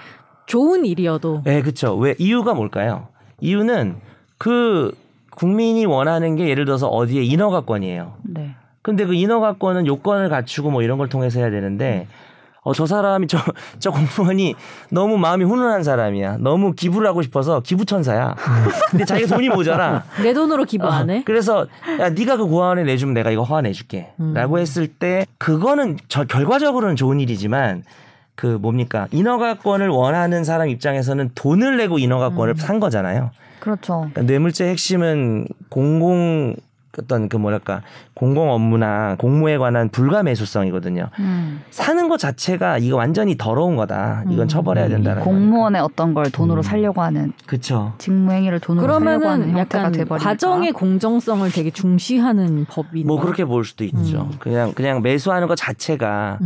S3: 좋은 일이어도
S2: 네, 그렇죠. 왜 이유가 뭘까요? 이유는 그 국민이 원하는 게 예를 들어서 어디에 인허가권이에요.
S1: 네.
S2: 근데 그 인허가권은 요건을 갖추고 뭐 이런 걸 통해서 해야 되는데 어, 저 사람이 저, 저 공무원이 너무 마음이 훈훈한 사람이야. 너무 기부를 하고 싶어서 기부천사야. 근데 자기가 돈이 모자라.
S3: 내 돈으로 기부 안 해?
S2: 아, 그래서 야 네가 그 고아원에 내주면 내가 이거 허가 내줄게.
S3: 음.
S2: 라고 했을 때 그거는 저 결과적으로는 좋은 일이지만 그 뭡니까 인허가권을 원하는 사람 입장에서는 돈을 내고
S3: 음.
S2: 인허가권을 산 거잖아요.
S1: 그렇죠.
S2: 그러니까 뇌물죄 핵심은 공공 어떤 그 뭐랄까 공공 업무나 공무에 관한 불가매수성이거든요.
S1: 음.
S2: 사는 것 자체가 이거 완전히 더러운 거다.
S3: 음.
S2: 이건 처벌해야 된다는.
S1: 공무원의 어떤 걸 돈으로
S2: 음.
S1: 살려고 하는
S2: 그쵸.
S1: 직무행위를 돈으로 살려고 하는
S3: 그러면은
S1: 음, 형태가
S3: 약간
S1: 돼버리니까.
S3: 과정의 공정성을 되게 중시하는 법이
S2: 뭐 그렇게 볼 수도 있죠.
S3: 음.
S2: 그냥 그냥 매수하는 것 자체가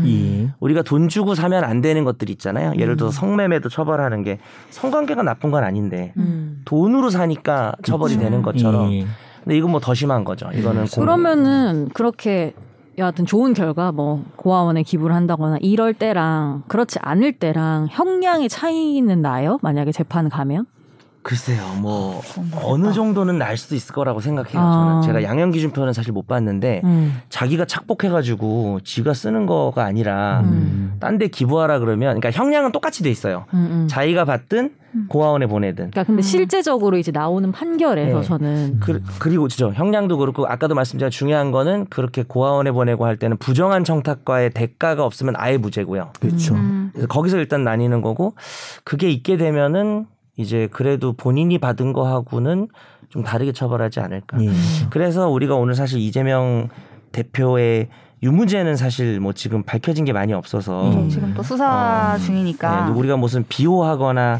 S2: 우리가 돈 주고 사면 안 되는 것들 있잖아요. 예를
S3: 음.
S2: 들어 서 성매매도 처벌하는 게 성관계가 나쁜 건 아닌데
S3: 음.
S2: 돈으로 사니까 처벌이 되는 것처럼.
S4: 예.
S2: 근데 이건 뭐 더 심한 거죠. 이거는 공-
S3: 예. 그러면은 그렇게 여하튼 좋은 결과 뭐 고아원에 기부를 한다거나 이럴 때랑 그렇지 않을 때랑 형량의 차이는 나요? 만약에 재판 가면?
S2: 글쎄요. 뭐
S1: 너무 어렵다.
S2: 어느 정도는 날 수도 있을 거라고 생각해요.
S3: 아.
S2: 저는 제가 양형 기준표는 사실 못 봤는데
S1: 음.
S2: 자기가 착복해가지고 지가 쓰는 거가 아니라
S3: 음.
S2: 딴 데 기부하라 그러면 그러니까 형량은 똑같이 돼 있어요.
S3: 음, 음.
S2: 자기가 받든
S1: 음.
S2: 고아원에 보내든
S3: 그러니까 근데
S1: 음.
S3: 실제적으로 이제 나오는 판결에서
S2: 네.
S3: 저는
S2: 그, 그리고 진짜 형량도 그렇고 아까도 말씀드린 중요한 거는 그렇게 고아원에 보내고 할 때는 부정한 청탁과의 대가가 없으면 아예 무죄고요.
S4: 그렇죠.
S1: 음.
S2: 그래서 거기서 일단 나뉘는 거고 그게 있게 되면은 이제 그래도 본인이 받은 거하고는 좀 다르게 처벌하지 않을까.
S4: 예.
S2: 그래서 우리가 오늘 사실 이재명 대표의 유무죄는 사실 뭐 지금 밝혀진 게 많이 없어서
S1: 좀 지금 또 수사
S2: 어.
S1: 중이니까.
S2: 네, 우리가 무슨 비호하거나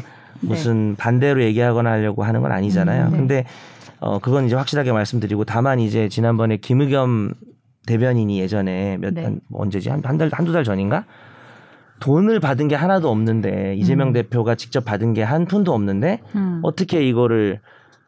S1: 네.
S2: 무슨 반대로 얘기하거나 하려고 하는 건 아니잖아요.
S1: 음, 네.
S2: 근데 어 그건 이제 확실하게 말씀드리고 다만 이제 지난번에 김의겸 대변인이 예전에 몇
S1: 네.
S2: 한- 뭐 언제지 한 한 달 한두 달 전인가 돈을 받은 게 하나도 없는데 이재명
S3: 음.
S2: 대표가 직접 받은 게 한 푼도 없는데
S1: 음.
S2: 어떻게 이거를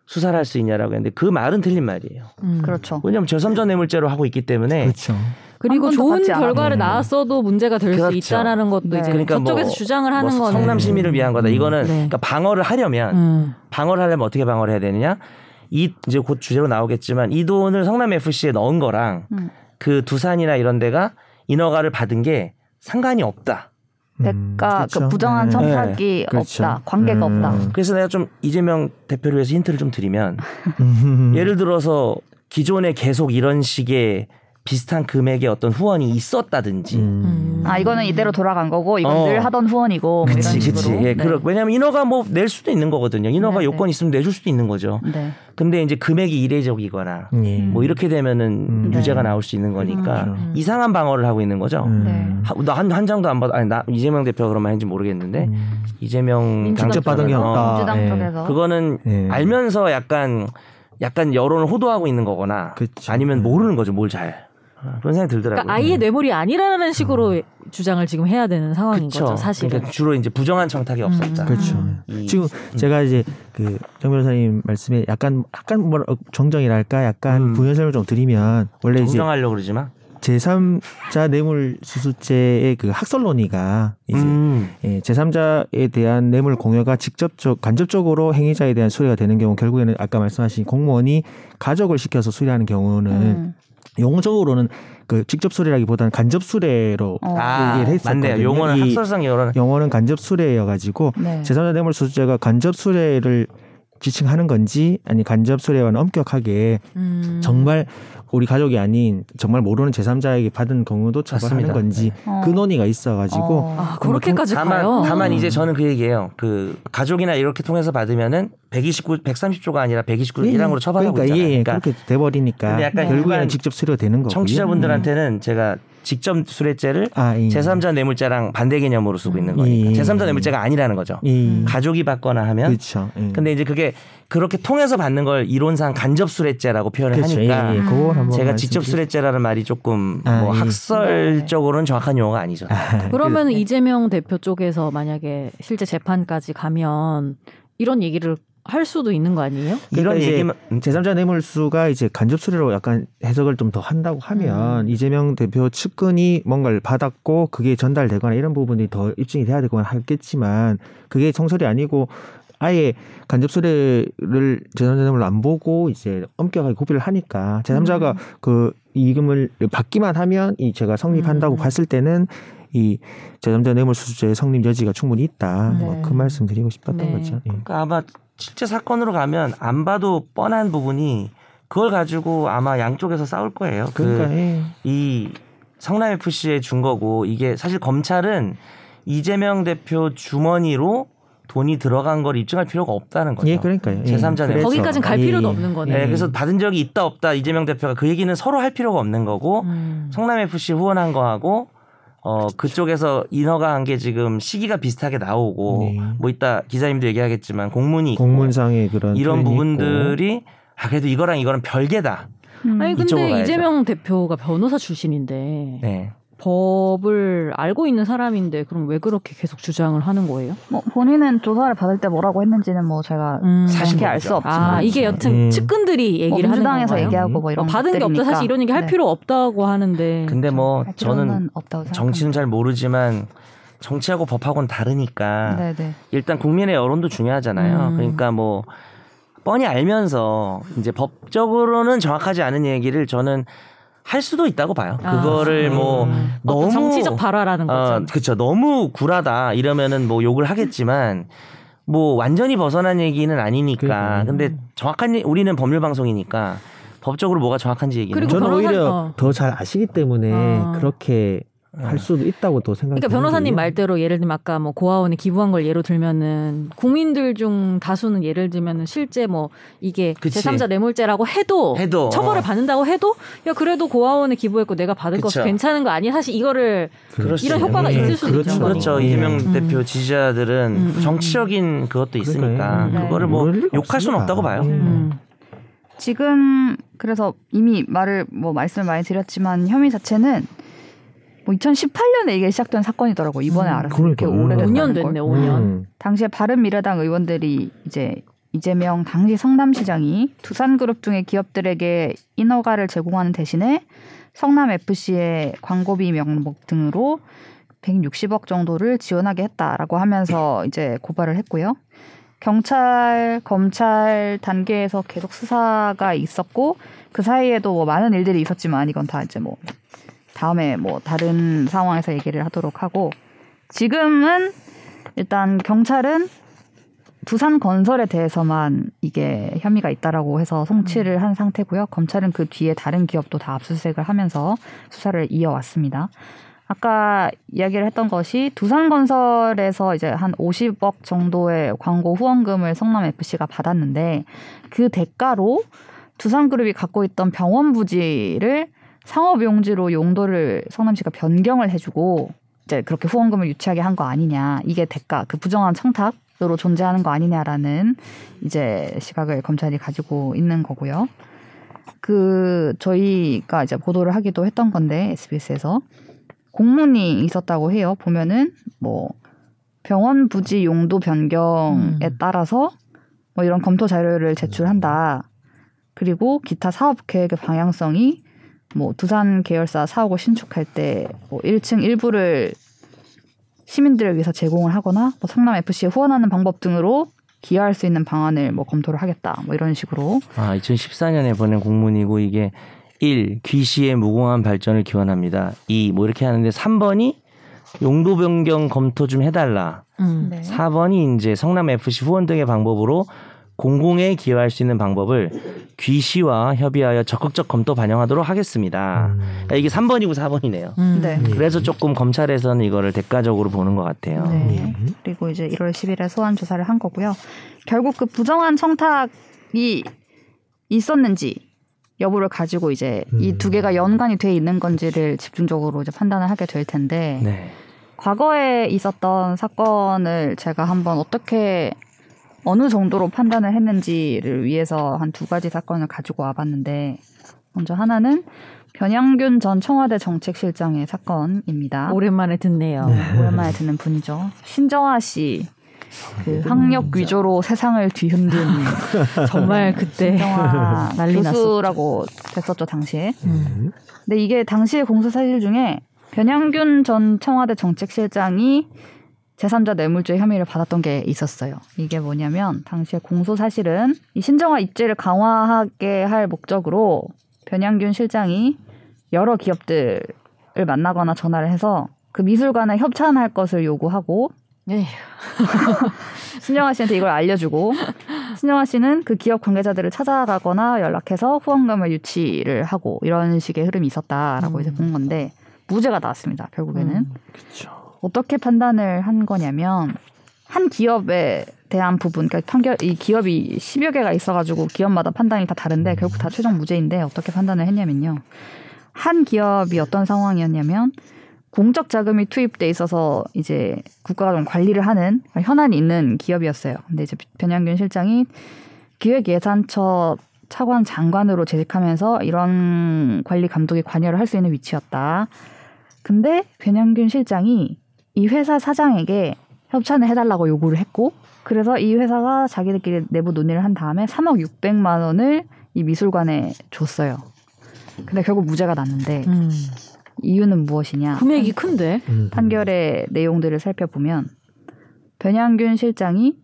S2: 수사를 할 수 있냐라고 했는데 그 말은 틀린 말이에요.
S3: 음.
S1: 그렇죠.
S2: 왜냐하면 제3자 뇌물죄로 하고 있기 때문에
S4: 그렇죠.
S3: 그리고
S1: 한 번도
S3: 좋은
S1: 받지 않았네.
S3: 결과를 나왔어도 문제가 될 수
S2: 그렇죠.
S3: 있다라는 것도
S1: 네.
S3: 이제
S2: 그러니까 뭐-
S3: 저쪽에서 주장을 하는
S2: 뭐
S3: 거는
S2: 성남 시민을 위한 거다. 이거는
S3: 네.
S2: 그러니까 방어를 하려면
S3: 음.
S2: 방어를 하려면 어떻게 방어를 해야 되느냐? 이 이제 곧 주제로 나오겠지만 이 돈을 성남 FC에 넣은 거랑
S1: 음.
S2: 그 두산이나 이런 데가 인허가를 받은 게 상관이 없다.
S1: 대가
S4: 음,
S1: 그
S4: 그렇죠.
S1: 부정한
S4: 네.
S1: 청탁이
S4: 그렇죠.
S1: 없다. 관계가
S4: 음.
S1: 없다.
S2: 그래서 내가 좀 이재명 대표를 위해서 힌트를 좀 드리면
S4: 음.
S1: 음.
S2: 예를 들어서 기존에 계속 이런 식의 비슷한 금액의 어떤 후원이 있었다든지
S4: 음.
S1: 아 이거는 이대로 돌아간 거고 이건
S2: 어.
S1: 늘 하던 후원이고 뭐 이런
S2: 그치 그치
S1: 식으로.
S2: 예 그러 왜냐하면 인허가 뭐 낼 수도 있는 거거든요 인허가
S1: 네,
S2: 요건
S1: 네.
S2: 있으면 내줄 수도 있는 거죠
S1: 네.
S2: 근데 이제 금액이 이례적이거나
S4: 예.
S2: 뭐 이렇게 되면은
S4: 음.
S2: 유죄가
S4: 네.
S2: 나올 수 있는 거니까
S4: 그렇죠.
S3: 음.
S2: 이상한 방어를 하고 있는 거죠
S4: 음.
S2: 나한 한 장도 안 받아 아니 나 이재명 대표 그러면 했는지 모르겠는데
S1: 네.
S4: 음.
S2: 이재명
S1: 민주당
S2: 당대표는-
S4: 직접 받은 게
S2: 어,
S4: 없다.
S1: 민주당
S4: 예.
S1: 쪽에서
S2: 그거는
S4: 예.
S2: 알면서 약간 약간 여론을 호도하고 있는 거거나
S4: 그쵸.
S2: 아니면
S4: 음.
S2: 모르는 거죠 뭘 잘 그런 생각이 들더라고요. 음.
S3: 그러니까 아이의 뇌물이 아니라는 식으로 주장을 지금 해야 되는 상황인
S2: 그쵸.
S3: 거죠, 사실은. 음.
S2: 그러니까 주로 이제 부정한 청탁이 없었다.
S4: 그렇죠.
S2: 이-
S4: 지금 제가 이제 그정 변호사님 말씀에 약간 약간 뭐 정정이랄까 약간
S2: 음.
S4: 부연설을 좀 드리면 원래 이제 음.
S2: 정정하려고 그러지만
S4: 제3자 뇌물 수수죄의 그 학설론이가 이제
S2: 음.
S4: 예, 제3자에 대한 뇌물 공여가 직접적 간접적으로 행위자에 대한 수리가 되는 경우 결국에는 아까 말씀하신 공무원이 가족을 시켜서 수리하는 경우는
S1: 음.
S4: 용어적으로는 그 직접 수레라기보다는 간접 수레로
S1: 어.
S2: 아,
S4: 얘기를 했었거든요.
S2: 맞네요. 용어는
S4: 이-
S2: 학설상 여러
S4: 영어는 간접 수레여가지고
S1: 네.
S4: 제3자 뇌물수수죄가 간접 수레를 지칭하는 건지 아니 간접 수레와는 엄격하게
S3: 음.
S4: 정말 우리 가족이 아닌 정말 모르는 제3자에게 받은 경우도 처벌하는
S2: 맞습니다. 네.
S4: 건지
S1: 어.
S4: 그 논의가 있어가지고
S1: 어.
S3: 아 그렇게까지
S2: 다만
S3: 가요.
S2: 다만
S4: 음.
S2: 이제 저는 그 얘기예요. 그 가족이나 이렇게 통해서 받으면은 129 130조가 아니라 129
S4: 예,
S2: 1항으로 처벌하고
S4: 그러니까,
S2: 있잖아요.
S4: 예, 예,
S2: 그러니까
S4: 그렇게 돼버리니까
S2: 근데 약간
S4: 결국에는
S2: 일반
S4: 직접 수레가 되는 거고요.
S2: 청취자분들한테는 제가 직접 수레죄를
S4: 아, 예.
S2: 제3자 뇌물죄랑 반대 개념으로 쓰고 있는
S4: 음.
S2: 거니까
S4: 예.
S2: 제3자 뇌물죄가 아니라는 거죠.
S4: 예.
S2: 가족이 받거나 하면
S4: 그렇죠. 예.
S2: 음. 근데 이제 그게 그렇게 통해서 받는 걸 이론상 간접 수레죄라고 표현을
S4: 그렇죠.
S2: 하니까
S4: 예, 예. 그걸 한번
S2: 제가 직접
S4: 말씀드리-
S2: 수레죄라는 말이 조금
S4: 아,
S2: 뭐
S4: 예.
S2: 학설적으로는 정확한 용어가 아니죠.
S3: 그러면 이재명 대표 쪽에서 만약에 실제 재판까지 가면 이런 얘기를 할 수도 있는 거 아니에요?
S2: 이런
S4: 그러니까 이제
S2: 얘기만 음,
S4: 제3자 뇌물수가 이제 간접 수레로 약간 해석을 좀 더 한다고 하면 이재명 대표 측근이 뭔가를 받았고 그게 전달되거나 이런 부분이 더 입증이 돼야 되거나 하겠지만 그게 성설이 아니고 아예 간접 수레를 제3자 뇌물로 안 보고 이제 엄격하게 구비를 하니까 제3자가 그 이금을 받기만 하면 이 제가 성립한다고
S3: 음.
S4: 봤을 때는 이 제3자 뇌물수수죄의 성립 여지가 충분히 있다. 뭐
S3: 네.
S4: 그 말씀 드리고 싶었던
S3: 네.
S4: 거죠. 예.
S2: 그러니까 아마 실제 사건으로 가면 안 봐도 뻔한 부분이 그걸 가지고 아마 양쪽에서 싸울 거예요.
S4: 그러니까 예.
S2: 그 이 성남 FC의 준 거고 이게 사실 검찰은 이재명 대표 주머니로 돈이 들어간 걸 입증할 필요가 없다는 거죠.
S4: 예, 그러니까요. 예.
S2: 제3자 뇌물.
S4: 그래서-
S3: 거기까진 갈
S4: 예,
S3: 필요도
S4: 예.
S3: 없는
S2: 네,
S3: 거네요.
S2: 그래서 받은 적이 있다 없다 이재명 대표가 그 얘기는 서로 할 필요가 없는 거고
S3: 음.
S2: 성남 FC 후원한 거하고 어
S4: 그렇죠.
S2: 그쪽에서 인허가 한 게 지금 시기가 비슷하게 나오고
S4: 네.
S2: 뭐 이따 기자님도 얘기하겠지만 공문이 있고
S4: 예. 공문상의 그런
S2: 이런
S4: 표현이
S2: 부분들이 아 그래도 이거랑 이거랑 별개다.
S1: 음.
S3: 아니
S2: 이쪽으로
S3: 근데
S2: 가야죠.
S3: 이재명 대표가 변호사 출신인데
S2: 네.
S3: 법을 알고 있는 사람인데 그럼 왜 그렇게 계속 주장을 하는 거예요?
S1: 뭐 본인은 조사를 받을 때 뭐라고 했는지는 뭐 제가
S3: 음.
S1: 사실 알 수
S2: 아,
S1: 없지만
S3: 아 이게 여튼
S4: 음.
S3: 측근들이
S1: 뭐
S3: 얘기를 하는
S1: 민주당에서
S3: 건가요?
S1: 얘기하고 뭐
S3: 어,
S1: 이런
S3: 받은 게 없다
S1: 것들이니까.
S3: 사실 이런 얘기 할
S1: 네.
S3: 필요 없다고 하는데
S2: 근데 뭐
S1: 할 필요는
S2: 저는
S1: 없다고 생각합니다.
S2: 정치는 잘 모르지만 정치하고 법하고는 다르니까
S1: 네네
S2: 일단 국민의 여론도 중요하잖아요.
S3: 음.
S2: 그러니까 뭐 뻔히 알면서 이제 법적으로는 정확하지 않은 얘기를 저는 할 수도 있다고 봐요.
S3: 아,
S2: 그거를 뭐
S3: 음. 어떤
S2: 너무
S3: 정치적 발화라는
S2: 어,
S3: 거죠.
S2: 그쵸 너무 굴하다 이러면은 뭐 욕을 하겠지만 뭐 완전히 벗어난 얘기는 아니니까.
S4: 그래요.
S2: 근데 정확한 얘- 우리는 법률 방송이니까 법적으로 뭐가 정확한지 얘기는
S3: 그리고
S4: 저는
S3: 변호사-
S4: 오히려
S3: 어.
S4: 더 잘 아시기 때문에
S3: 아.
S4: 그렇게
S2: 네.
S4: 할 수도 있다고 또 생각.
S2: 음.
S3: 그러니까 변호사님 말대로 예를 들면 아까 뭐 고아원에 기부한 걸 예로 들면은 국민들 중 다수는 예를 들면은 실제 뭐 이게
S2: 그치.
S3: 제3자 뇌물죄라고 해도,
S2: 해도,
S3: 처벌을
S2: 어.
S3: 받는다고 해도 야 그래도 고아원에 기부했고 내가 받을 거
S2: 그쵸.
S3: 괜찮은 거 아니야 사실 이거를
S2: 그럴 수
S3: 이런
S2: 있죠.
S3: 효과가
S2: 예.
S3: 있을 수도
S4: 그렇죠.
S3: 있는 거니까.
S2: 그렇죠.
S4: 음.
S2: 이재명
S3: 음.
S2: 대표 지지자들은
S3: 음, 음,
S2: 정치적인 그것도 있으니까
S1: 그러니까요.
S2: 그거를뭐
S4: 음,
S2: 욕할 수는 없다고 봐요.
S3: 음.
S1: 지금 그래서 이미 말을 뭐 말씀을 많이 드렸지만 혐의 자체는 뭐 2018년에 이게 시작된 사건이더라고 요 이번에
S3: 음,
S1: 알았어요. 이렇게
S4: 그러니까요.
S1: 오래됐다는
S3: 5년
S1: 걸.
S4: 음.
S3: 됐네 음. 5년.
S1: 당시에 바른미래당 의원들이 이제 이재명 당시 성남시장이 두산그룹 등의 기업들에게 인허가를 제공하는 대신에 성남 FC의 광고비 명목 등으로 160억 정도를 지원하게 했다라고 하면서 이제 고발을 했고요. 경찰, 검찰 단계에서 계속 수사가 있었고 그 사이에도 뭐 많은 일들이 있었지만 이건 다 이제 뭐 다음에 뭐 다른 상황에서 얘기를 하도록 하고 지금은 일단 경찰은 두산 건설에 대해서만 이게 혐의가 있다라고 해서 송치를 한 상태고요. 검찰은 그 뒤에 다른 기업도 다 압수수색을 하면서 수사를 이어왔습니다. 아까 이야기를 했던 것이 두산건설에서 이제 한 50억 정도의 광고 후원금을 성남FC가 받았는데 그 대가로 두산그룹이 갖고 있던 병원 부지를 상업용지로 용도를 성남시가 변경을 해주고 이제 그렇게 후원금을 유치하게 한 거 아니냐 이게 대가 그 부정한 청탁으로 존재하는 거 아니냐라는 이제 시각을 검찰이 가지고 있는 거고요. 그 저희가 이제 보도를 하기도 했던 건데 SBS에서 공문이 있었다고 해요. 보면은 뭐 병원 부지 용도 변경에
S3: 음.
S1: 따라서 뭐 이런 검토 자료를 제출한다. 그리고 기타 사업 계획의 방향성이 뭐 두산 계열사 사옥을 신축할 때 뭐 1층 일부를 시민들을 위해서 제공을 하거나 뭐 성남 FC에 후원하는 방법 등으로 기여할 수 있는 방안을 뭐 검토를 하겠다. 뭐 이런 식으로
S2: 아, 2014년에 보낸 공문이고 이게 1. 귀시의 무공한 발전을 기원합니다. 2. 뭐 이렇게 하는데 3번이 용도 변경 검토 좀 해달라.
S3: 음.
S1: 네.
S2: 4번이 이제 성남 FC 후원 등의 방법으로 공공에 기여할 수 있는 방법을 귀시와 협의하여 적극적 검토 반영하도록 하겠습니다.
S4: 음.
S2: 이게 3번이고 4번이네요.
S3: 음.
S1: 네.
S4: 예.
S2: 아, 예. 그래서 조금 검찰에서는 이거를 대가적으로 보는 것 같아요.
S4: 음. 예.
S1: 네. 그리고 이제 1월 10일에 소환 조사를 한 거고요. 결국 그 부정한 청탁이 있었는지 여부를 가지고 이제 이 두 개가 연관이 돼 있는 건지를 집중적으로 이제 판단을 하게 될 텐데
S2: 네.
S1: 과거에 있었던 사건을 제가 한번 어떻게 어느 정도로 판단을 했는지를 위해서 한 두 가지 사건을 가지고 와봤는데 먼저 하나는 변양균 전 청와대 정책실장의 사건입니다.
S3: 오랜만에 듣네요.
S1: 어, 오랜만에 듣는 분이죠. 신정아 씨. 그 학력 위조로 세상을 뒤흔든 네.
S3: 정말 그때
S1: 신정아
S3: 난리
S1: 교수라고 됐었죠 당시에.
S4: 음.
S1: 근데 이게 당시의 공소 사실 중에 변양균 전 청와대 정책실장이 제3자 뇌물죄 혐의를 받았던 게 있었어요. 이게 뭐냐면 당시의 공소 사실은 이 신정아 입지를 강화하게 할 목적으로 변양균 실장이 여러 기업들을 만나거나 전화를 해서 그 미술관에 협찬할 것을 요구하고
S3: 네.
S1: 신정아 씨한테 이걸 알려주고 신정아 씨는 그 기업 관계자들을 찾아가거나 연락해서 후원금을 유치를 하고 이런 식의 흐름이 있었다라고
S3: 음.
S1: 이제 본 건데 무죄가 나왔습니다. 결국에는
S3: 음.
S4: 그쵸.
S1: 어떻게 판단을 한 거냐면 한 기업에 대한 부분, 그러니까 판결 이 기업이 10여 개가 있어가지고 기업마다 판단이 다 다른데 결국 다 최종 무죄인데 어떻게 판단을 했냐면요. 한 기업이 어떤 상황이었냐면 공적 자금이 투입돼 있어서 이제 국가가 좀 관리를 하는 현안이 있는 기업이었어요. 근데 이제 변양균 실장이 기획예산처 차관 장관으로 재직하면서 이런 관리 감독에 관여를 할 수 있는 위치였다. 근데 변양균 실장이 이 회사 사장에게 협찬을 해달라고 요구를 했고 그래서 이 회사가 자기들끼리 내부 논의를 한 다음에 3억 600만 원을 이 미술관에 줬어요. 근데 결국 무죄가 났는데
S3: 음.
S1: 이유는 무엇이냐?
S3: 금액이 큰데.
S4: 음.
S1: 판결의 내용들을 살펴보면 변양균 실장이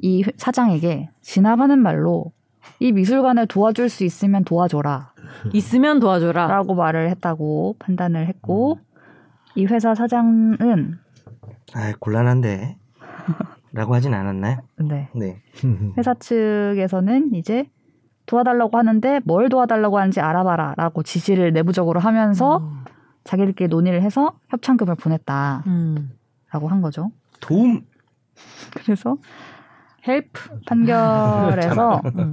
S1: 이 회- 사장에게 지나가는 말로 이 미술관을 도와줄 수 있으면 도와줘라
S3: 있으면 도와줘라.
S1: 라고 말을 했다고 판단을 했고 이 회사 사장은
S2: 아 곤란한데. 라고 하진 않았나요?
S1: 네
S2: 네.
S4: 음.
S1: 회사 측에서는 이제 도와달라고 하는데 뭘 도와달라고 하는지 알아봐라 라고 지시를 내부적으로 하면서
S3: 음.
S1: 자기들끼리 논의를 해서 협찬금을 보냈다
S3: 음.
S1: 라고 한 거죠
S2: 도움.
S1: 그래서 헬프 판결에서
S3: 음.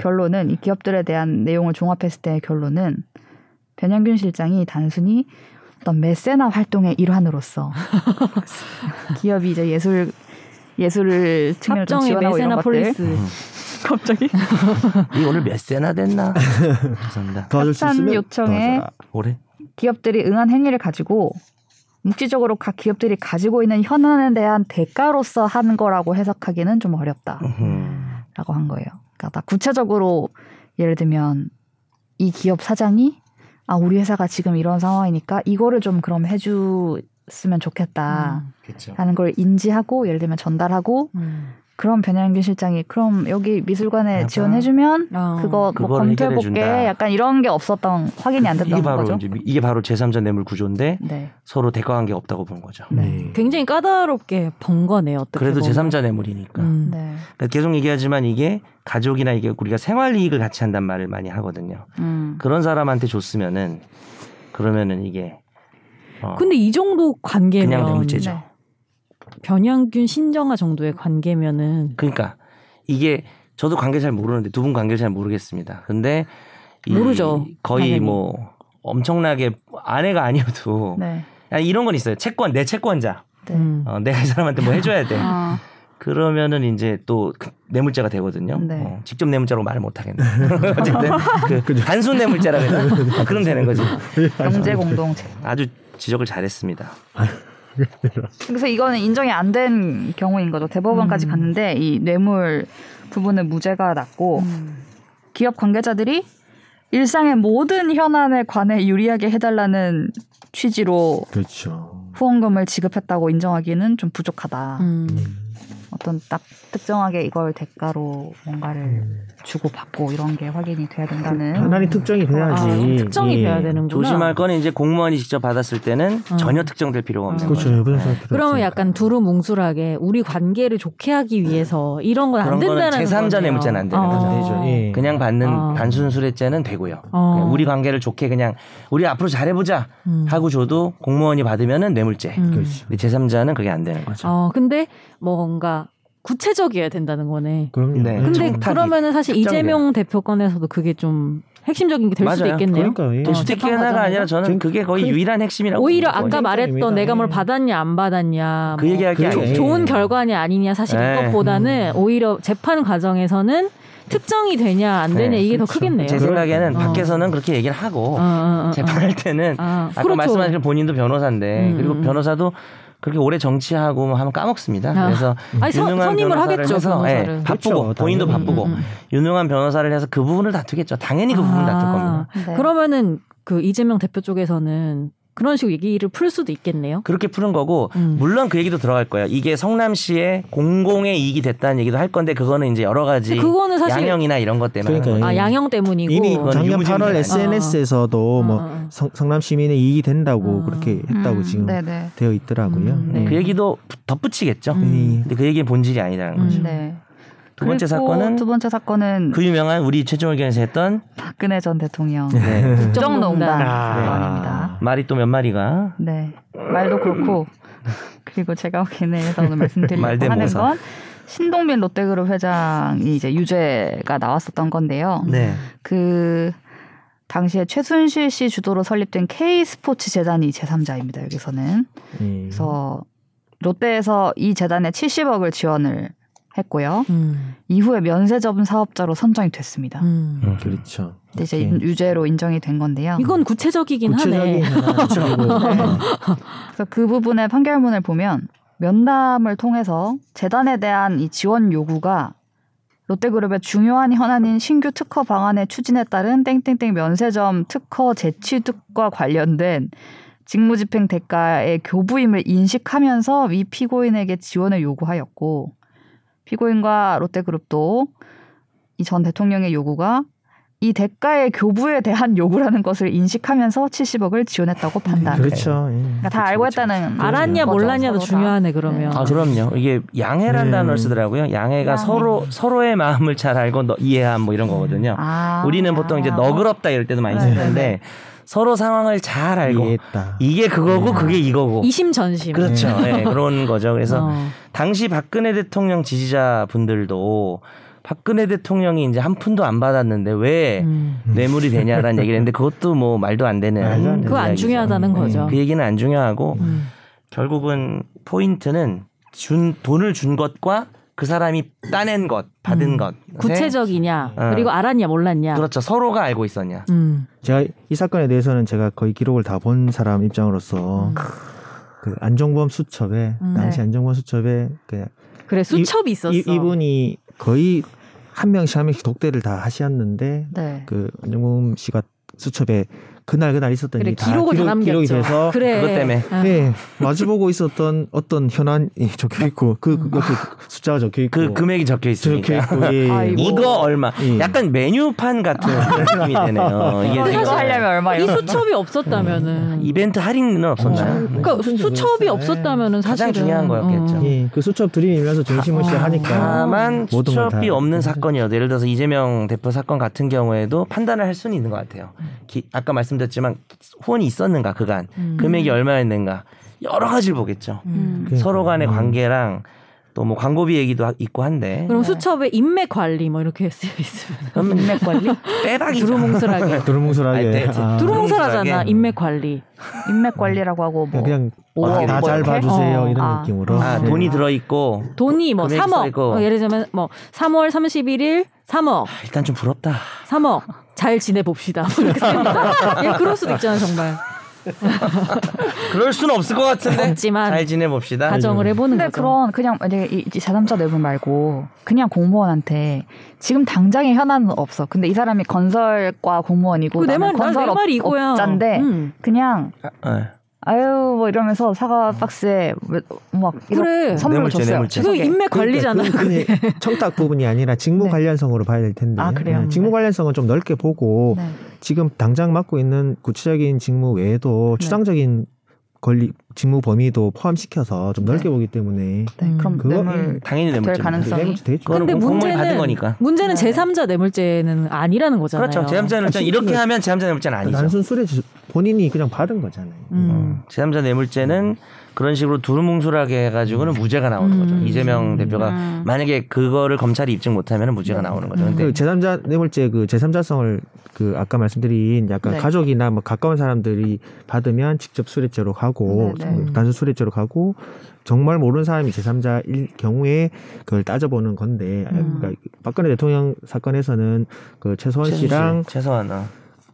S1: 결론은 이 기업들에 대한 내용을 종합했을 때의 결론은 변양균 실장이 단순히 어떤 메세나 활동의 일환으로서 기업이 이제 예술 예술을 측면을 좀
S3: 합정의
S1: 지원하고 이런 것들
S3: 메세나폴리스.
S1: 갑자기
S2: 이 오늘 몇 세나 됐나? 죄송합니다.
S4: 도와줄 음. 수
S1: 협찬
S4: 있으면
S1: 요청에
S4: 도와줘라.
S2: 올해?
S1: 기업들이 응한 행위를 가지고 묵시적으로 각 기업들이 가지고 있는 현안에 대한 대가로서 한 거라고 해석하기는 좀 어렵다.
S2: 음.
S1: 라고 한 거예요. 그러니까 나 구체적으로 예를 들면 이 기업 사장이 아 우리 회사가 지금 이런 상황이니까 이거를 좀 그럼 해줬으면 좋겠다라는
S3: 음.
S2: 그렇죠.
S1: 걸 인지하고 예를 들면 전달하고
S3: 음.
S1: 그럼 변양균 실장이 그럼 여기 미술관에
S2: 맞아.
S1: 지원해주면
S3: 어.
S1: 그거 뭐
S2: 그거를 해결해준다. 그,
S1: 검토해볼게 약간 이런 게 없었던 확인이 안
S2: 이게
S1: 됐던
S2: 바로
S1: 거죠.
S2: 이제 미- 이게 바로 제3자 뇌물 구조인데
S1: 네.
S2: 서로 대가 관계 없다고 본 거죠.
S4: 네.
S3: 굉장히 까다롭게 번 거네요. 어떻게
S2: 그래도
S3: 보면.
S2: 제3자 뇌물이니까.
S3: 음.
S1: 네.
S2: 그러니까 계속 얘기하지만 이게 가족이나 이게 우리가 생활 이익을 같이 한단 말을 많이 하거든요.
S1: 음.
S2: 그런 사람한테 줬으면은 그러면은 이게 어,
S3: 근데 이 정도
S2: 그냥
S3: 관계면
S2: 뇌물죄죠.
S1: 네.
S3: 변양균 신정아 정도의 관계면은
S2: 그러니까 이게 저도 관계 잘 모르는데 두 분 관계 잘 모르겠습니다. 근데 이
S3: 모르죠,
S2: 거의
S3: 당연히.
S2: 뭐 엄청나게 아내가 아니어도
S1: 네.
S2: 아니, 이런 건 있어요. 채권 내 채권자.
S1: 네.
S3: 음.
S2: 어, 내가 이 사람한테 뭐 해줘야 돼.
S1: 아,
S2: 그러면은 이제 또 그- 뇌물죄가 되거든요.
S1: 네.
S2: 어, 직접 뇌물죄로 말을 못 하겠네. 어쨌든
S4: 네,
S2: 그 단순 뇌물죄라 그래서 그럼 되는 거지.
S1: 경제 공동체.
S2: 아주 지적을 잘했습니다.
S1: 그래서 이거는 인정이 안 된 경우인 거죠. 대법원까지
S3: 음.
S1: 갔는데 이 뇌물 부분은 무죄가
S2: 어.
S1: 났고
S3: 음.
S1: 기업 관계자들이 일상의 모든 현안에 관해 유리하게 해달라는 취지로
S4: 그렇죠.
S1: 후원금을 지급했다고 인정하기는 좀 부족하다.
S3: 음.
S4: 음.
S1: 어떤 딱 특정하게 이걸 대가로 뭔가를
S2: 음.
S1: 주고 받고 이런 게 확인이 돼야 된다는
S4: 가난이 특정이 돼야지.
S3: 아, 그럼 특정이
S4: 예.
S3: 돼야 되는구나.
S2: 조심할 거는 이제 공무원이 직접 받았을 때는
S3: 음.
S2: 전혀 특정될 필요가 없는
S3: 음.
S4: 그렇죠.
S2: 거죠.
S4: 여부는
S2: 네.
S4: 필요
S3: 그러면
S4: 없으니까.
S3: 약간 두루뭉술하게 우리 관계를 좋게 하기 위해서 이런 건 안
S2: 그런 거는
S3: 된다는 거예요. 어. 음.
S2: 제3자 내물자는 안 되는 거죠.
S4: 되죠. 예.
S2: 그냥 받는
S3: 아.
S2: 단순 수레죄는 되고요.
S3: 어.
S2: 그냥 우리 관계를 좋게 그냥 우리 앞으로 잘해보자
S3: 음.
S2: 하고 줘도 공무원이 받으면은 뇌물죄.
S3: 음.
S4: 그렇지.
S2: 근데 제3자는 그게 안 되는
S4: 아,
S2: 거죠.
S3: 어, 근데 뭔가 구체적이어야 된다는 거네.
S4: 그럼요.
S2: 네.
S4: 음.
S3: 근데
S2: 청탁이
S3: 그러면은 사실
S2: 특정이라.
S3: 이재명 대표 건에서도 그게 좀 핵심적인 게 될 수도
S2: 맞아요.
S3: 있겠네요.
S4: 그러니까 예.
S3: 어,
S2: 스티키
S3: 재판
S2: 하나가
S3: 과정에서?
S2: 아니라 저는
S4: 전-
S2: 그게 거의
S4: 그-
S2: 유일한 핵심이라고.
S3: 오히려
S2: 보는
S3: 아까
S2: 거죠.
S3: 말했던
S4: 입니다.
S3: 내가 뭘
S4: 예.
S3: 받았냐 안 받았냐
S2: 그
S3: 뭐
S2: 얘기할 게
S4: 그렇죠.
S2: 아니에요.
S3: 좋은 결과냐 아니냐 사실
S2: 네.
S3: 이것보다는 오히려 재판 과정에서는 특정이 되냐 안 되냐
S2: 네,
S3: 이게 더
S4: 그렇죠.
S3: 크겠네요.
S2: 제 생각에는
S3: 어.
S2: 밖에서는 그렇게 얘기를 하고
S3: 어, 어, 어, 어.
S2: 재판할 때는
S3: 아,
S2: 아까
S3: 그렇죠.
S2: 말씀하신 대로 본인도 변호사인데
S3: 음,
S2: 그리고
S3: 음.
S2: 변호사도 그렇게 오래 정치하고 뭐 하면 까먹습니다.
S3: 아.
S2: 그래서
S3: 아니, 선-
S2: 유능한
S3: 선임을
S2: 변호사를
S3: 하겠죠, 그
S2: 해서,
S3: 변호사를.
S2: 예, 바쁘고
S4: 그렇죠,
S2: 본인도
S4: 당연히.
S2: 바쁘고
S3: 음, 음, 음.
S2: 유능한 변호사를 해서 그 부분을 다투겠죠. 당연히 그 부분 을
S3: 아.
S2: 다툴 겁니다.
S1: 네.
S3: 그러면은 그 이재명 대표 쪽에서는 그런 식으로 얘기를 풀 수도 있겠네요.
S2: 그렇게 푸는 거고
S3: 음.
S2: 물론 그 얘기도 들어갈 거예요. 이게 성남시의 공공의 이익이 됐다는 얘기도 할 건데 그거는 이제 여러 가지
S3: 근데 그거는 사실-
S2: 양형이나 이런 것 때문에 하는
S4: 그러니까요.
S3: 아 양형 때문이고 뭐
S4: 이미
S2: 네, 그건
S4: 작년
S2: 유무죄입니다.
S4: 8월 SNS에서도
S3: 어,
S4: 뭐
S3: 어, 어.
S4: 성, 성남 시민의 이익이 된다고
S3: 어.
S4: 그렇게 했다고
S1: 음,
S4: 지금
S1: 네네.
S4: 되어 있더라고요.
S3: 음, 네.
S2: 거예요. 그 얘기도 덧붙이겠죠.
S3: 음.
S2: 근데 그 얘기의 본질이 아니라는
S3: 음.
S2: 거죠.
S1: 네.
S2: 두 번째
S1: 그리고
S2: 사건은
S1: 두 번째 사건은
S2: 그 유명한 우리 최종 의견에서 했던
S1: 박근혜 전 대통령
S2: 네.
S1: 국정농단
S3: 국정농단.
S4: 아.
S1: 사건입니다.
S2: 말이 또 몇 마리가
S1: 네. 말도 그렇고 그리고 제가 오늘 오늘 말씀드리려고 하는
S2: 말대모사.
S1: 건 신동빈 롯데그룹 회장이 이제 유죄가 나왔었던 건데요.
S2: 네.
S1: 그 당시에 최순실 씨 주도로 설립된 K 스포츠 재단이 제3자입니다. 여기서는
S4: 예.
S1: 그래서 롯데에서 이 재단에 70억을 지원을 했고요.
S3: 음,
S1: 이후에 면세점 사업자로 선정이 됐습니다.
S3: 음.
S2: 음.
S4: 그렇죠.
S1: 근데 이제
S4: 오케이.
S1: 유죄로 인정이 된 건데요.
S3: 이건 구체적이긴
S4: 구체적인
S3: 하네.
S4: 하나 그리고
S1: 그래서 그 부분의 판결문을 보면 면담을 통해서 재단에 대한 이 지원 요구가 롯데그룹의 중요한 현안인 신규 특허 방안의 추진에 따른 땡땡땡 면세점 특허 재취득과 관련된 직무집행 대가의 교부임을 인식하면서 위 피고인에게 지원을 요구하였고 피고인과 롯데그룹도 이 전 대통령의 요구가 이 대가의 교부에 대한 요구라는 것을 인식하면서 70억을 지원했다고 판단.
S4: 그렇죠. 예.
S1: 그러니까 다 알고 했다는
S3: 알았냐
S1: 거죠,
S3: 몰랐냐도
S1: 서로가.
S3: 중요하네 그러면.
S2: 아 그럼요. 이게 양해란
S4: 음.
S2: 단어를 쓰더라고요. 양해가
S1: 양해.
S2: 서로 서로의 마음을 잘 알고 너, 이해함 뭐 이런 거거든요.
S1: 아,
S2: 우리는 보통 이제
S1: 아.
S2: 너그럽다 이럴 때도 많이
S1: 네,
S2: 쓰는데 서로 상황을 잘 알고
S4: 이해했다.
S2: 이게 그거고
S4: 음.
S2: 그게 이거고
S3: 이심전심.
S2: 그렇죠.
S4: 네.
S2: 예, 그런 거죠. 뭐. 그래서
S3: 어.
S2: 당시 박근혜 대통령 지지자 분들도 박근혜 대통령이 이제 한 푼도 안 받았는데 왜
S3: 음.
S2: 뇌물이 되냐라는 얘기를 했는데 그것도 뭐 말도 안 되는
S4: 말도 안 되는
S3: 그거 안
S2: 음, 이야기죠.
S3: 중요하다는 거죠.
S2: 그 얘기는 안 중요하고
S3: 음.
S2: 결국은 포인트는 준 돈을 준 것과 그 사람이 따낸 것, 받은
S3: 음.
S2: 것.
S3: 구체적이냐
S2: 어.
S3: 그리고 알았냐 몰랐냐.
S2: 네. 그렇죠. 서로가 알고 있었냐.
S3: 음.
S4: 제가 이 사건에 대해서는 제가 거의 기록을 다 본 사람 입장으로서
S3: 음.
S4: 그 안정범 수첩에
S3: 음.
S4: 당시
S1: 네.
S4: 안정범 수첩에 그
S3: 그래 수첩이 있었어.
S4: 이, 이분이 거의 한 명씩 한 명씩 독대를 다 하셨는데
S1: 네.
S4: 그 안정범 씨가 수첩에 그날 그날 있었던
S3: 그래
S4: 일이 다
S3: 기록을 다
S4: 기록,
S3: 남겼죠.
S4: 기록이 돼서
S3: 그래.
S2: 그것 때문에.
S3: 아.
S4: 예, 마주보고 있었던 어떤 현안이 적혀 있고 그
S3: 음.
S4: 옆에 숫자가 적혀 있고
S2: 그 금액이 적혀
S4: 뭐. 적혀
S2: 있으니까.
S4: 있고 아. 예.
S1: 아이고.
S2: 이거 얼마.
S4: 예.
S2: 약간 메뉴판 같은 느낌이 되네요. 이게
S1: 이거
S2: 지금
S3: 사실
S1: 하려면 얼마
S3: 이
S1: 이런 거.
S3: 수첩이 없었다면은.
S2: 음. 이벤트 할인은 없었나요?
S4: 어.
S3: 그러니까
S4: 무슨
S3: 수첩이
S4: 일이었어요?
S3: 없었다면은
S2: 가장
S3: 사실은
S2: 중요한 거였겠죠.
S3: 어.
S4: 예, 그 수첩 들이밀면서 정심을
S3: 다-
S4: 시하니까
S2: 다만
S4: 모든 걸다
S2: 수첩이 없는
S4: 그래서-
S2: 사건이어도 예를 들어서 이재명 대표 사건 같은 경우에도 판단을 할 수는 있는 것 같아요. 기- 아까 말씀드렸지만 후원이 있었는가 그간
S3: 음.
S2: 금액이 얼마였는가 여러 가지를 보겠죠.
S3: 음.
S4: 그-
S2: 서로 간의
S4: 음.
S2: 관계랑 또 뭐 광고비 얘기도 하- 있고 한데
S3: 그럼
S1: 네.
S3: 수첩에 인맥 관리 뭐 이렇게 쓰여 있으면
S2: 그러면
S1: 인맥 관리?
S2: 빼박이죠.
S3: 두루뭉술하게
S4: 두루뭉술하게
S2: 아니, 네,
S4: 아,
S3: 두루뭉술하잖아
S2: 두루뭉술하게.
S3: 인맥 관리.
S1: 인맥 관리라고 하고 뭐.
S4: 그냥
S2: 어,
S4: 다 잘
S2: 이렇게?
S4: 봐주세요
S3: 어.
S4: 이런
S1: 아.
S4: 느낌으로 네.
S2: 아, 돈이 들어 있고
S3: 돈이 뭐
S2: 금액이
S3: 3억.
S2: 쌓이고.
S3: 예를 들면 뭐 3월 31일 3억,
S2: 일단 좀 부럽다.
S3: 3억. 잘 지내봅시다. 뭐 이렇게 씁니다. 예, 그럴 수도 있잖아, 정말.
S2: 그럴 수는 없을 것 같은데
S3: 없지만
S2: 네. 잘 지내봅시다.
S3: 가정을 해보는
S1: 근데
S3: 거죠.
S1: 그런 그냥 만약에 이 이 자담자 내분 말고 그냥 공무원한테 지금 당장의 현안은 없어. 근데 이 사람이 건설과 공무원이고
S3: 그내
S1: 나는
S3: 말이 나내
S1: 건설 업-
S3: 말이 이거야.
S1: 업자인데
S3: 음.
S1: 그냥
S2: 아, 네.
S1: 아유 뭐 이러면서 사과 박스에 막 이런
S3: 그래.
S1: 선물로
S2: 뇌물죄,
S1: 줬어요.
S2: 뇌물죄.
S3: 그
S1: 추석에.
S3: 인맥 관리잖아요.
S4: 그러니까 그- 그게 청탁 부분이 아니라 직무
S1: 네.
S4: 관련성으로 봐야 될 텐데.
S1: 아, 그래요?
S4: 네, 직무
S1: 네.
S4: 관련성은 좀 넓게 보고
S1: 네.
S4: 지금 당장 맡고 있는 구체적인 직무 외에도
S1: 네.
S4: 추상적인 권리 직무 범위도 포함시켜서 좀 넓게
S1: 네.
S4: 보기 때문에
S1: 네, 그럼
S4: 그거-
S1: 뇌물
S2: 당연히
S1: 될
S2: 뇌물죄.
S1: 가능성-
S4: 그게 네 되게 좋-
S2: 그거는
S3: 근데
S2: 공- 공문이
S3: 문제는-
S2: 받은 거니까.
S3: 문제는
S1: 네.
S3: 제3자 뇌물죄는 아니라는 거잖아요.
S2: 그렇죠. 제삼자 뇌물죄 이렇게 하면 제삼자 뇌물죄는 아니죠.
S4: 단순 수레 지- 본인이 그냥 받은 거잖아요.
S3: 음.
S2: 제삼자 네 뇌물죄는 그런 식으로 두루뭉술하게 해가지고는 무죄가 나오는 거죠.
S3: 음. 네.
S2: 이재명 대표가
S1: 음.
S2: 만약에 그거를 검찰이 입증 못하면 무죄가 나오는 거죠. 근데
S1: 네.
S4: 그 제3자 뇌물죄 그 제3자성을 그 아까 말씀드린 약간
S1: 네.
S4: 가족이나 뭐 가까운 사람들이 받으면 직접 수뢰죄로 가고 뭐
S1: 네, 네.
S4: 단순 수뢰죄로 가고 정말 모르는 사람이 제3자일 경우에 그걸 따져보는 건데
S1: 음.
S4: 그러니까 박근혜 대통령 사건에서는 그 최소원 씨랑
S2: 최소한 어.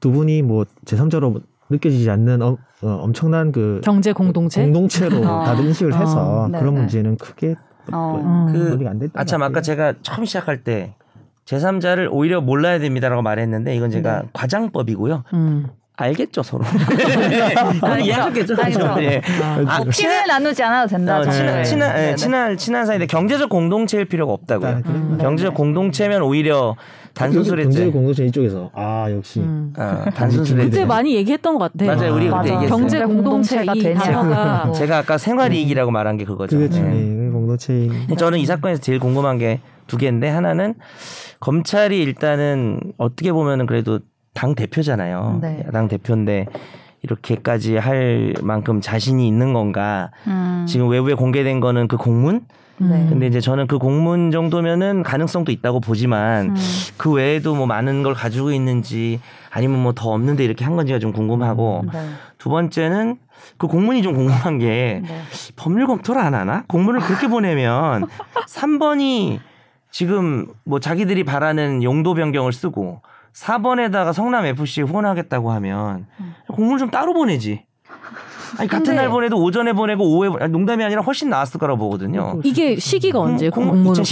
S4: 두 분이 뭐 제3자로 느껴지지 않는 어, 어, 엄청난 그
S3: 경제 공동체.
S4: 공동체로
S1: 어.
S4: 다들 인식을
S3: 어,
S4: 해서
S1: 네,
S4: 그런
S1: 네.
S4: 문제는 크게
S1: 어.
S3: 음.
S2: 그-
S4: 논리가 안 됐다.
S2: 아참 아까 제가 처음 시작할 때 제3자를 오히려 몰라야 됩니다라고 말했는데 이건 제가 과장법이고요.
S3: 음.
S2: 알겠죠 서로. 그건 이해하셨겠죠.
S1: 아, 네. 알겠죠.
S2: 그죠? 예.
S3: 아,
S2: 아,
S1: 꼭 친을 뭐 나누지 않아도 된다.
S2: 어, 친한
S1: 정도의.
S2: 친한 예,
S1: 네, 네.
S2: 친한 친한 사이인데 경제적 공동체일 필요가 없다고요.
S1: 음,
S2: 경제적 공동체면 오히려 그 단순
S4: 네. 경제
S2: 수레죄.
S4: 공동체 이쪽에서 아 역시
S3: 음.
S2: 어, 단순 수레죄.
S3: 그때 많이 얘기했던 것 같아요.
S2: 맞아요. 우리
S1: 네. 맞아.
S2: 그때 얘기했어요.
S3: 경제 공동체
S1: 공동체가
S3: 이
S1: 되냐.
S3: 단어가
S2: 제가 네, 아까 생활이익이라고 말한 게 그거죠.
S4: 그게
S2: 예.
S4: 중요해 공동체인
S3: 네.
S2: 네. 저는 이 사건에서 제일 궁금한 게 두 개인데 하나는 검찰이 일단은 어떻게 보면은 그래도 당 대표잖아요.
S1: 네.
S2: 야당 대표인데 이렇게까지 할 만큼 자신이 있는 건가?
S1: 음.
S2: 지금 외부에 공개된 거는 그 공문?
S1: 네.
S2: 근데 이제 저는 그 공문 정도면은 가능성도 있다고 보지만
S1: 음.
S2: 그 외에도 뭐 많은 걸 가지고 있는지 아니면 뭐 더 없는데 이렇게 한 건지가 좀 궁금하고
S1: 네.
S2: 두 번째는 그 공문이 좀 궁금한 게
S1: 네.
S2: 법률 검토를 안 하나? 공문을 그렇게 보내면 3번이 지금 뭐 자기들이 바라는 용도 변경을 쓰고 4번에다가 성남 FC 에 후원하겠다고 하면 공문을 좀 따로 보내지. 아니 같은
S3: 음. 근데-
S2: 날 보내도 오전에 보내고 오후에 보내- 아니, 농담이 아니라 훨씬 나았을 거라고 보거든요.
S3: 이게 시기가 음. 언제
S2: 공-
S3: 공문을 보낸
S2: 음.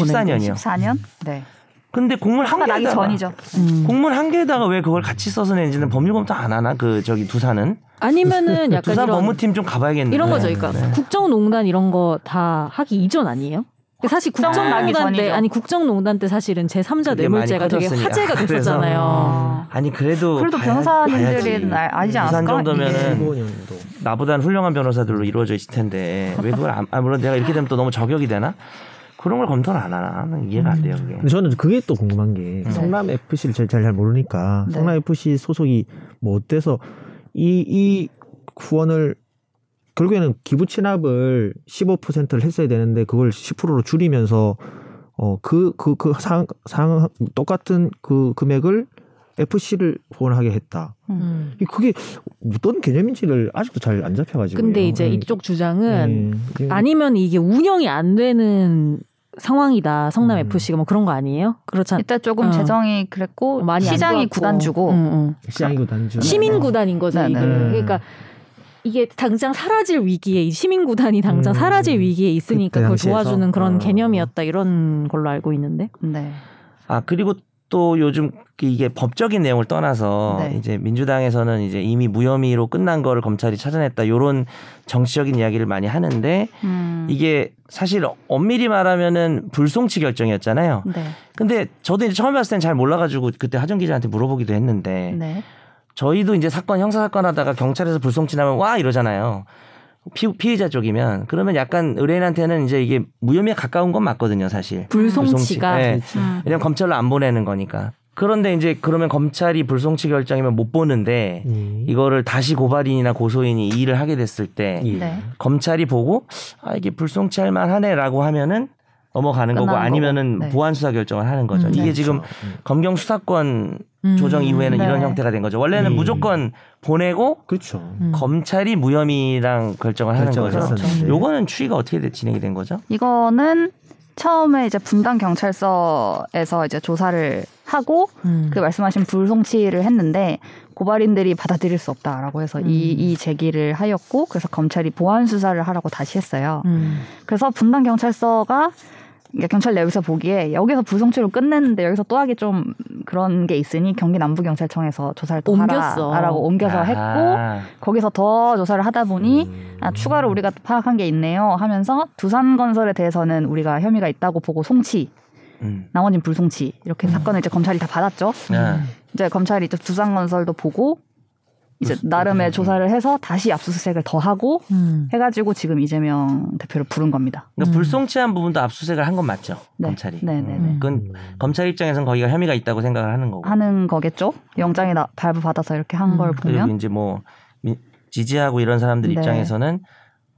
S2: 2014년이요.
S1: 14년? 네.
S2: 근데 공문 한
S1: 화가 나기
S2: 개에다가
S1: 전이죠.
S3: 음.
S2: 공문 한 개에다가 왜 그걸 같이 써서 내는지는 법률 검토 안 하나? 그 저기 두산은
S3: 아니면은 약간
S2: 두산
S3: 그러니까 이런
S2: 법무팀 좀 가봐야겠네.
S3: 이런 거죠. 그러니까 국정농단 이런 거 다 하기 이전 아니에요? 근데 사실
S1: 국정농단
S3: 국정농단 때
S1: 전이죠.
S3: 아니 국정농단 때 사실은 제 3자
S2: 그게
S3: 뇌물죄가
S2: 많이
S3: 되게
S2: 커졌으니까.
S3: 화제가
S2: 그래서- 음.
S3: 됐었잖아요.
S1: 어.
S2: 아니 그래도
S1: 그래도
S2: 봐야-
S1: 변호사님들이
S2: 봐야지.
S1: 날 알지
S2: 부산
S1: 않았을까?
S2: 정도면은-
S1: 이게. 뭐
S4: 15년도
S2: 나보단 훌륭한 변호사들로 이루어져 있을 텐데 왜 그걸 안, 아, 물론 내가 이렇게 되면 또 너무 저격이 되나? 그런 걸 검토를 안 하나? 난 이해가 안 돼요 그게.
S1: 음.
S4: 근데 저는 그게 또 궁금한 게 성남 FC를 잘, 잘, 잘 모르니까
S1: 네.
S4: 성남 FC 소속이 뭐 어때서 이, 이 후원을 결국에는 기부 진압을 15%를 했어야 되는데 그걸 10%로 줄이면서 어 그 그 그 상 상 똑같은 그 금액을 FC를 후원하게 했다.
S3: 음.
S4: 이 그게 어떤 개념인지를 아직도 잘 안 네. 잡혀가지고.
S3: 근데 이제 이쪽
S2: 음.
S3: 주장은 아니면 이게 운영이 안 되는 상황이다. 성남
S4: 음.
S3: FC가 뭐 그런 거 아니에요? 그렇지 않
S1: 이때 조금
S3: 어.
S1: 재정이 그랬고
S3: 많이 안
S1: 시장이
S3: 좋았고. 음,
S1: 구단주고
S3: 응, 응.
S4: 시장이고
S2: 네.
S4: 단주
S3: 시민 구단인 거죠
S1: 네,
S3: 이게.
S1: 네.
S3: 그러니까 이게 당장 사라질 위기에 이 시민 구단이 당장
S4: 음.
S3: 사라질 위기에 있으니까
S4: 그때
S3: 그걸
S4: 당시에서?
S3: 도와주는 그런
S2: 음.
S4: 어.
S3: 개념이었다 이런 걸로 알고 있는데.
S1: 네.
S2: 아 그리고 또 요즘 그 이게 법적인 내용을 떠나서
S1: 네.
S2: 이제 민주당에서는 이제 이미 무혐의로 끝난 거를 검찰이 찾아냈다 요런 정치적인 이야기를 많이 하는데
S1: 음.
S2: 이게 사실 엄밀히 말하면은 불송치 결정이었잖아요.
S1: 네.
S2: 근데 저도 이제 처음 봤을 땐 잘 몰라가지고 그때 하정 기자한테 물어보기도 했는데
S1: 네.
S2: 저희도 이제 사건 형사 사건 하다가 경찰에서 불송치나면 와 이러잖아요. 피, 피의자 쪽이면 그러면 약간 의뢰인한테는 이제 이게 무혐의에 가까운 건 맞거든요, 사실.
S3: 불송치가
S2: 예.
S1: 음.
S2: 왜냐면 검찰로 안 보내는 거니까. 그런데 이제 그러면 검찰이 불송치 결정이면 못 보는데 음. 이거를 다시 고발인이나 고소인이 이 일을 하게 됐을 때
S1: 음. 네.
S2: 검찰이 보고 아 이게 불송치할 만하네라고 하면은 넘어가는 거고 그렇죠.
S1: 끝나는
S2: 아니면은
S1: 거고. 네.
S2: 보완 수사 결정을 하는 거죠. 음,
S3: 음,
S2: 이게
S1: 네.
S2: 지금 검경 수사권 조정 이후에는
S1: 네.
S2: 이런 형태가 된 거죠. 원래는
S4: 음.
S2: 무조건 보내고
S4: 그렇죠.
S3: 음.
S2: 음. 검찰이 무혐의랑 결정을 하는
S4: 결정을
S1: 그렇죠.
S2: 거죠.
S4: 했었는데.
S2: 요거는 추이가 어떻게 돼- 진행이 된 거죠?
S1: 이거는 처음에 이제 분당 경찰서에서 이제 조사를 하고
S3: 음.
S2: 음.
S1: 그 말씀하신 불송치를 했는데 고발인들이 받아들일 수 없다라고 해서 이,
S3: 음.
S1: 이 제기를
S3: 음.
S1: 하였고 그래서 검찰이 보완 수사를 하라고 다시 했어요. 그래서 분당 경찰서가 그러니까 경찰 내에서 보기에 여기서 불성추로 끝냈는데 여기서 또 하기 좀 그런 게 있으니 경기 남부경찰청에서 조사를 또
S3: 옮겼어.
S1: 하라라고 옮겨서 했고
S2: 아,
S1: 거기서 더 조사를 하다
S2: 음.
S1: 보니 아, 추가로 우리가 또 파악한 게 있네요 하면서 두산건설에 대해서는 우리가 혐의가 있다고 보고 송치
S2: 음.
S1: 나머지는 불송치 이렇게 사건을 이제 검찰이 다 받았죠.
S2: 아,
S1: 이제 검찰이 이제 두산건설도 보고 이제
S2: 네.
S1: 나름의 조사를 해서 다시 압수수색을 더 하고
S3: 음.
S1: 해가지고 지금 이재명 대표를 부른 겁니다.
S2: 그러니까
S3: 음.
S2: 불송치한 부분도 압수수색을 한 건 맞죠?
S1: 네.
S2: 검찰이.
S1: 네네네.
S2: 음. 그건 검찰 입장에선 거기가 혐의가 있다고 생각을 하는 거고.
S1: 하는 거겠죠. 영장이 나- 발부받아서 이렇게 한
S3: 음.
S1: 걸
S2: 그리고
S1: 보면
S2: 이제 뭐 미- 지지하고 이런 사람들
S1: 네.
S2: 입장에서는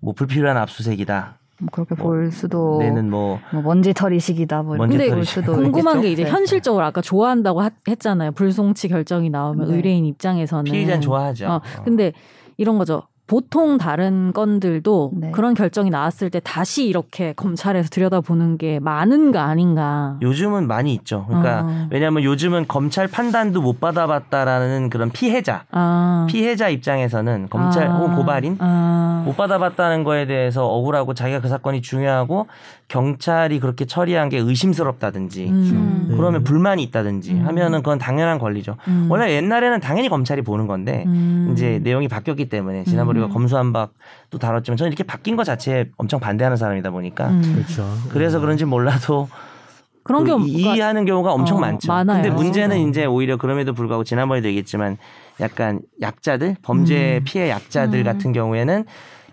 S2: 뭐 불필요한 압수색이다.
S1: 뭐 그렇게
S2: 뭐
S1: 볼 수도
S2: 내는 뭐
S1: 뭐 먼지털이식이다 뭐 이렇게
S2: 먼지털이식.
S1: 볼 수도
S3: 궁금한 게 이제
S1: 있겠죠. 네.
S3: 현실적으로 아까 좋아한다고 하- 했잖아요. 불송치 결정이 나오면
S1: 네.
S3: 의뢰인 입장에서는
S2: 피의자는 좋아하죠.
S3: 어, 근데 이런 거죠. 보통 다른 건들도
S1: 네.
S3: 그런 결정이 나왔을 때 다시 이렇게 검찰에서 들여다보는 게 많은가 아닌가.
S2: 요즘은 많이 있죠. 그러니까
S3: 어.
S2: 왜냐하면 요즘은 검찰 판단도 못 받아봤다라는 그런 피해자,
S3: 아.
S2: 피해자 입장에서는 검찰
S3: 아.
S2: 혹은 고발인
S3: 아.
S2: 못 받아봤다는 거에 대해서 억울하고 자기가 그 사건이 중요하고 경찰이 그렇게 처리한 게 의심스럽다든지
S3: 음.
S4: 네.
S2: 그러면 불만이 있다든지
S3: 음.
S2: 하면은 그건 당연한 권리죠.
S3: 음.
S2: 원래 옛날에는 당연히 검찰이 보는 건데
S3: 음.
S2: 이제 내용이 바뀌었기 때문에 지난번에 우리가 검수한박도 다뤘지만 저는 이렇게 바뀐 것 자체에 엄청 반대하는 사람이다 보니까
S3: 음.
S4: 그렇죠.
S2: 그래서 그런지 몰라도
S3: 그런
S2: 그
S3: 경우
S2: 이해하는 경우가 엄청
S3: 어,
S2: 많죠.
S3: 많아요.
S2: 근데 문제는
S4: 맞습니다.
S2: 이제 오히려 그럼에도 불구하고 지난번에도 얘기했지만 약간 약자들 범죄
S3: 음.
S2: 피해 약자들
S3: 음.
S2: 같은 경우에는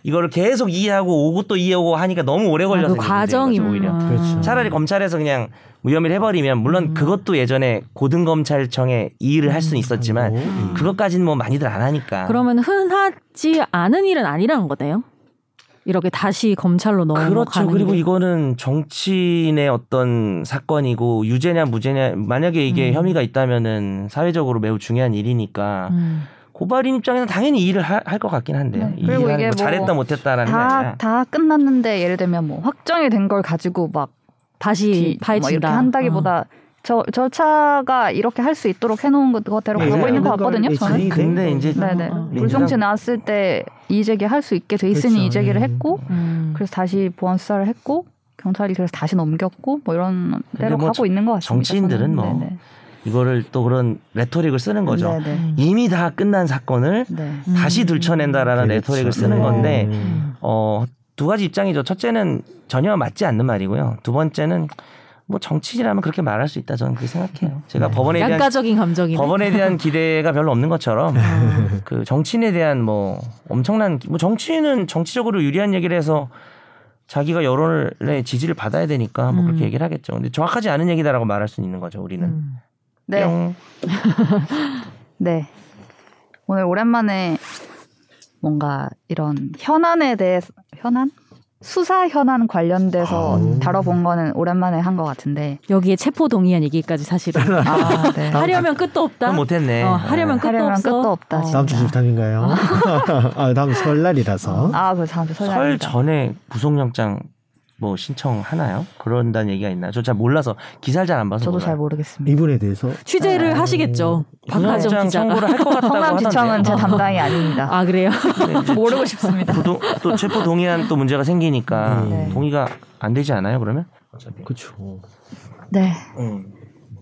S2: 이거를 계속 이해하고 오고 또 이해하고 하니까 너무 오래 걸려서
S3: 그
S2: 이게
S3: 과정이
S2: 문제인 거죠, 오히려
S4: 그렇죠.
S2: 차라리 검찰에서 그냥 무혐의를 해버리면 물론
S3: 음.
S2: 그것도 예전에 고등검찰청에 이의를 할 수는 있었지만
S4: 음.
S2: 그것까지는 뭐 많이들 안 하니까
S3: 그러면 흔하지 않은 일은 아니라는 거네요. 이렇게 다시 검찰로 넘어가는
S2: 그렇죠. 그리고
S3: 게.
S2: 이거는 정치인의 어떤 사건이고 유죄냐 무죄냐 만약에 이게
S3: 음.
S2: 혐의가 있다면은 사회적으로 매우 중요한 일이니까
S3: 음.
S2: 고발인 입장에서는 당연히 일을 할 것 같긴 한데요.
S1: 네.
S2: 이
S1: 그리고
S2: 일하는
S1: 이게
S2: 거
S1: 뭐
S2: 잘했다 못했다라는 게
S1: 다,
S2: 아니라
S1: 다 끝났는데 예를 들면 뭐 확정이 된 걸 가지고 막
S3: 다시
S1: 디- 뭐
S3: 파헤친다. 어.
S1: 이렇게 한다기보다 저 절차가 이렇게 할 수 있도록 해놓은 것- 그것대로
S2: 네,
S1: 가고
S2: 이제
S1: 있는 것
S4: 그걸
S1: 같거든요.
S4: 그러니까 이제 그렇죠.
S1: 저는.
S4: 진행-
S2: 근데 이제
S3: 네.
S1: 네네.
S2: 음.
S3: 어.
S1: 불송치 나왔을 때 이재기 할 수 있게 돼 있으니
S4: 그렇죠.
S1: 이재기를
S2: 예.
S4: 음.
S1: 했고
S3: 어. 음.
S1: 그래서 다시 보안 수사를 했고 경찰이 그래서 다시 넘겼고 뭐 이런 대로
S2: 뭐
S1: 가고 있는 것 같습니다.
S2: 정치인들은
S1: 저는.
S2: 뭐
S1: 네네.
S2: 이거를 또 그런 레토릭을 쓰는 거죠.
S1: 네네.
S2: 이미 다 끝난 사건을
S1: 네.
S3: 음.
S2: 다시 들춰낸다라는
S4: 그렇죠.
S2: 레토릭을 쓰는
S4: 네.
S2: 건데
S4: 음.
S2: 어, 두 가지 입장이죠. 첫째는 전혀 맞지 않는 말이고요. 두 번째는 뭐 정치인이라면 그렇게 말할 수 있다 저는 그렇게 생각해요. 제가
S1: 네.
S2: 법원에 대한
S3: 약가적인 감정이
S2: 법원에 대한 기대가 별로 없는 것처럼 그 정치인에 대한 뭐 엄청난 뭐 정치인은 정치적으로 유리한 얘기를 해서 자기가 여론의 지지를 받아야 되니까 뭐 그렇게
S3: 음.
S2: 얘기를 하겠죠. 근데 정확하지 않은 얘기다라고 말할 수는 있는 거죠. 우리는.
S1: 네.
S2: 뿅.
S1: 네. 오늘 오랜만에 뭔가 이런 현안에 대해서 현안 수사 현안 관련돼서
S2: 음.
S4: 아우. 음.
S1: 다뤄본 거는 오랜만에 한 것 같은데
S3: 여기에 체포 동의안 얘기까지 사실은
S1: 아, 네.
S3: 하려면 끝도 없다.
S2: 그건 못했네.
S3: 어, 하려면 끝도
S1: 하려면
S3: 없어.
S1: 끝도 없다,
S2: 아,
S3: 어.
S1: 진짜.
S4: 다음 주 주탐인가요? 아, 다음 설날이라서.
S1: 아, 그 다음 주
S2: 설
S1: 설날
S2: 전에 구속영장 뭐 신청 하나요? 그런다는 얘기가 있나요? 저 잘 몰라서 기사를 잘 안 봐서
S1: 저도
S2: 몰라요.
S1: 잘 모르겠습니다.
S4: 이분에 대해서
S3: 취재를
S4: 네.
S3: 하시겠죠. 박하정
S2: 구속영장
S3: 기자가.
S2: 음. 청구를 할 것 같다고
S1: 성남 지청은 제
S2: 하던데. 아.
S1: 담당이 아닙니다.
S3: 아 그래요?
S2: 네.
S1: 모르고 싶습니다.
S2: 구동- 또 체포 동의안 또 문제가 생기니까
S4: 네.
S2: 동의가 안 되지 않아요? 그러면? 어차피.
S4: 그렇죠.
S1: 네.
S2: 음.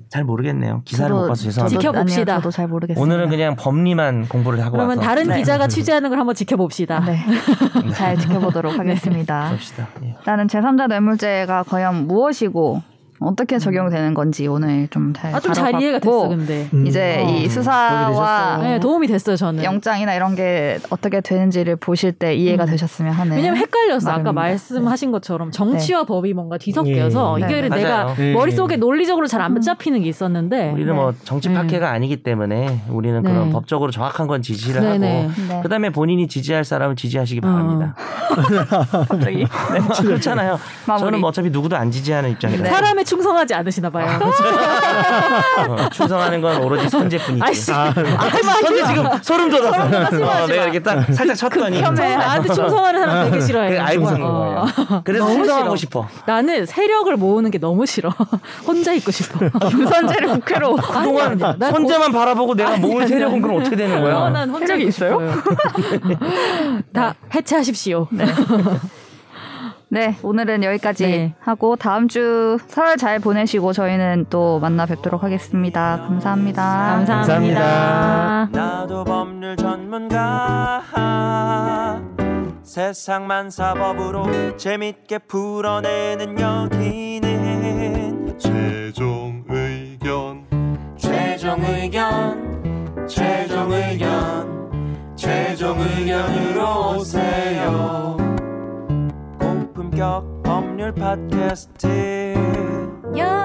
S2: 잘 모르겠네요. 기사를 못 봐서 죄송합니다.
S1: 저도-
S3: 지켜봅시다.
S1: 아니요, 저도 잘 모르겠습니다.
S2: 오늘은 그냥 법리만 공부를 하고
S3: 그러면
S2: 뭐 와서
S3: 다른
S1: 네.
S3: 기자가 취재하는 걸 한번 지켜봅시다.
S1: 네. 잘 지켜보도록 하겠습니다.
S2: 봅시다. 예.
S1: 나는 제3자 뇌물죄가 과연 무엇이고 어떻게 적용되는 건지 오늘 좀잘
S3: 아 좀 잘 이해가 됐어 근데.
S4: 음.
S1: 이제
S4: 어.
S1: 이
S4: 도움이
S1: 수사와
S4: 되셨어요?
S3: 네, 도움이 됐어요 저는.
S1: 영장이나 이런 게 어떻게 되는지를 보실 때 이해가
S3: 음.
S1: 되셨으면 하는
S3: 왜냐면 헷갈렸어. 아까
S2: 음.
S1: 나름입니다.
S3: 말씀하신 것처럼 정치와 법이 뭔가 뒤섞여서
S1: 예.
S3: 이게
S1: 네.
S3: 내가
S2: 네. 맞아요. 음.
S4: 예.
S3: 머릿속에 논리적으로 잘 안 잡히는 게 있었는데.
S2: 우리는 뭐 정치 파괴가 아니기 때문에 우리는 그런
S3: 네.
S2: 법적으로 정확한 건 지시를
S3: 네네.
S2: 하고
S1: 네.
S2: 그다음에 본인이 지지할 사람은 지지하시기
S3: 어.
S2: 바랍니다.
S3: 그
S1: 갑자기
S2: 네, 그렇잖아요.
S1: 마무리.
S2: 저는 뭐 어차피 누구도 안 지지하는 입장이라
S1: 네.
S3: 그 사람에 충성하지 않으시나
S2: 아,
S3: 봐요.
S2: 어, 충성하는 건 오로지 선제뿐이지.
S3: 아이씨.
S4: 아,
S2: 선제 지금 소름 돋았어. 어, 내가 이렇게 딱 살짝 쳤더니
S3: 처음에 나한테 충성하는 사람 되게 싫어해.
S2: 아. 그래, 알고 아. 하는 거예요. 그래서
S3: 너무
S2: 충성하고
S3: 아,
S2: 싶어.
S3: 싫어. 나는 세력을 모으는 게 너무 싫어. 혼자 있고 싶어. 유선제를 국회로.
S2: 그동안 손자만 바라보고 내가 모을 세력은 그럼 어떻게 되는
S1: 아,
S2: 거야?
S3: 난 혼자
S2: 네.
S3: 있어요. 다 해체하십시오.
S1: 네, 오늘은 여기까지
S3: 네.
S1: 하고 다음 주 설 잘 보내시고 저희는 또 만나 뵙도록 하겠습니다. 감사합니다.
S3: 감사합니다.
S4: 감사합니다.
S2: 나도 법률 전문가 세상만 사법으로 재밌게 풀어내는 여기는
S6: 최종 의견
S2: 최종 의견 최종 의견 최종 의견으로 오세요 고품격 법률 팟캐스트
S3: 야.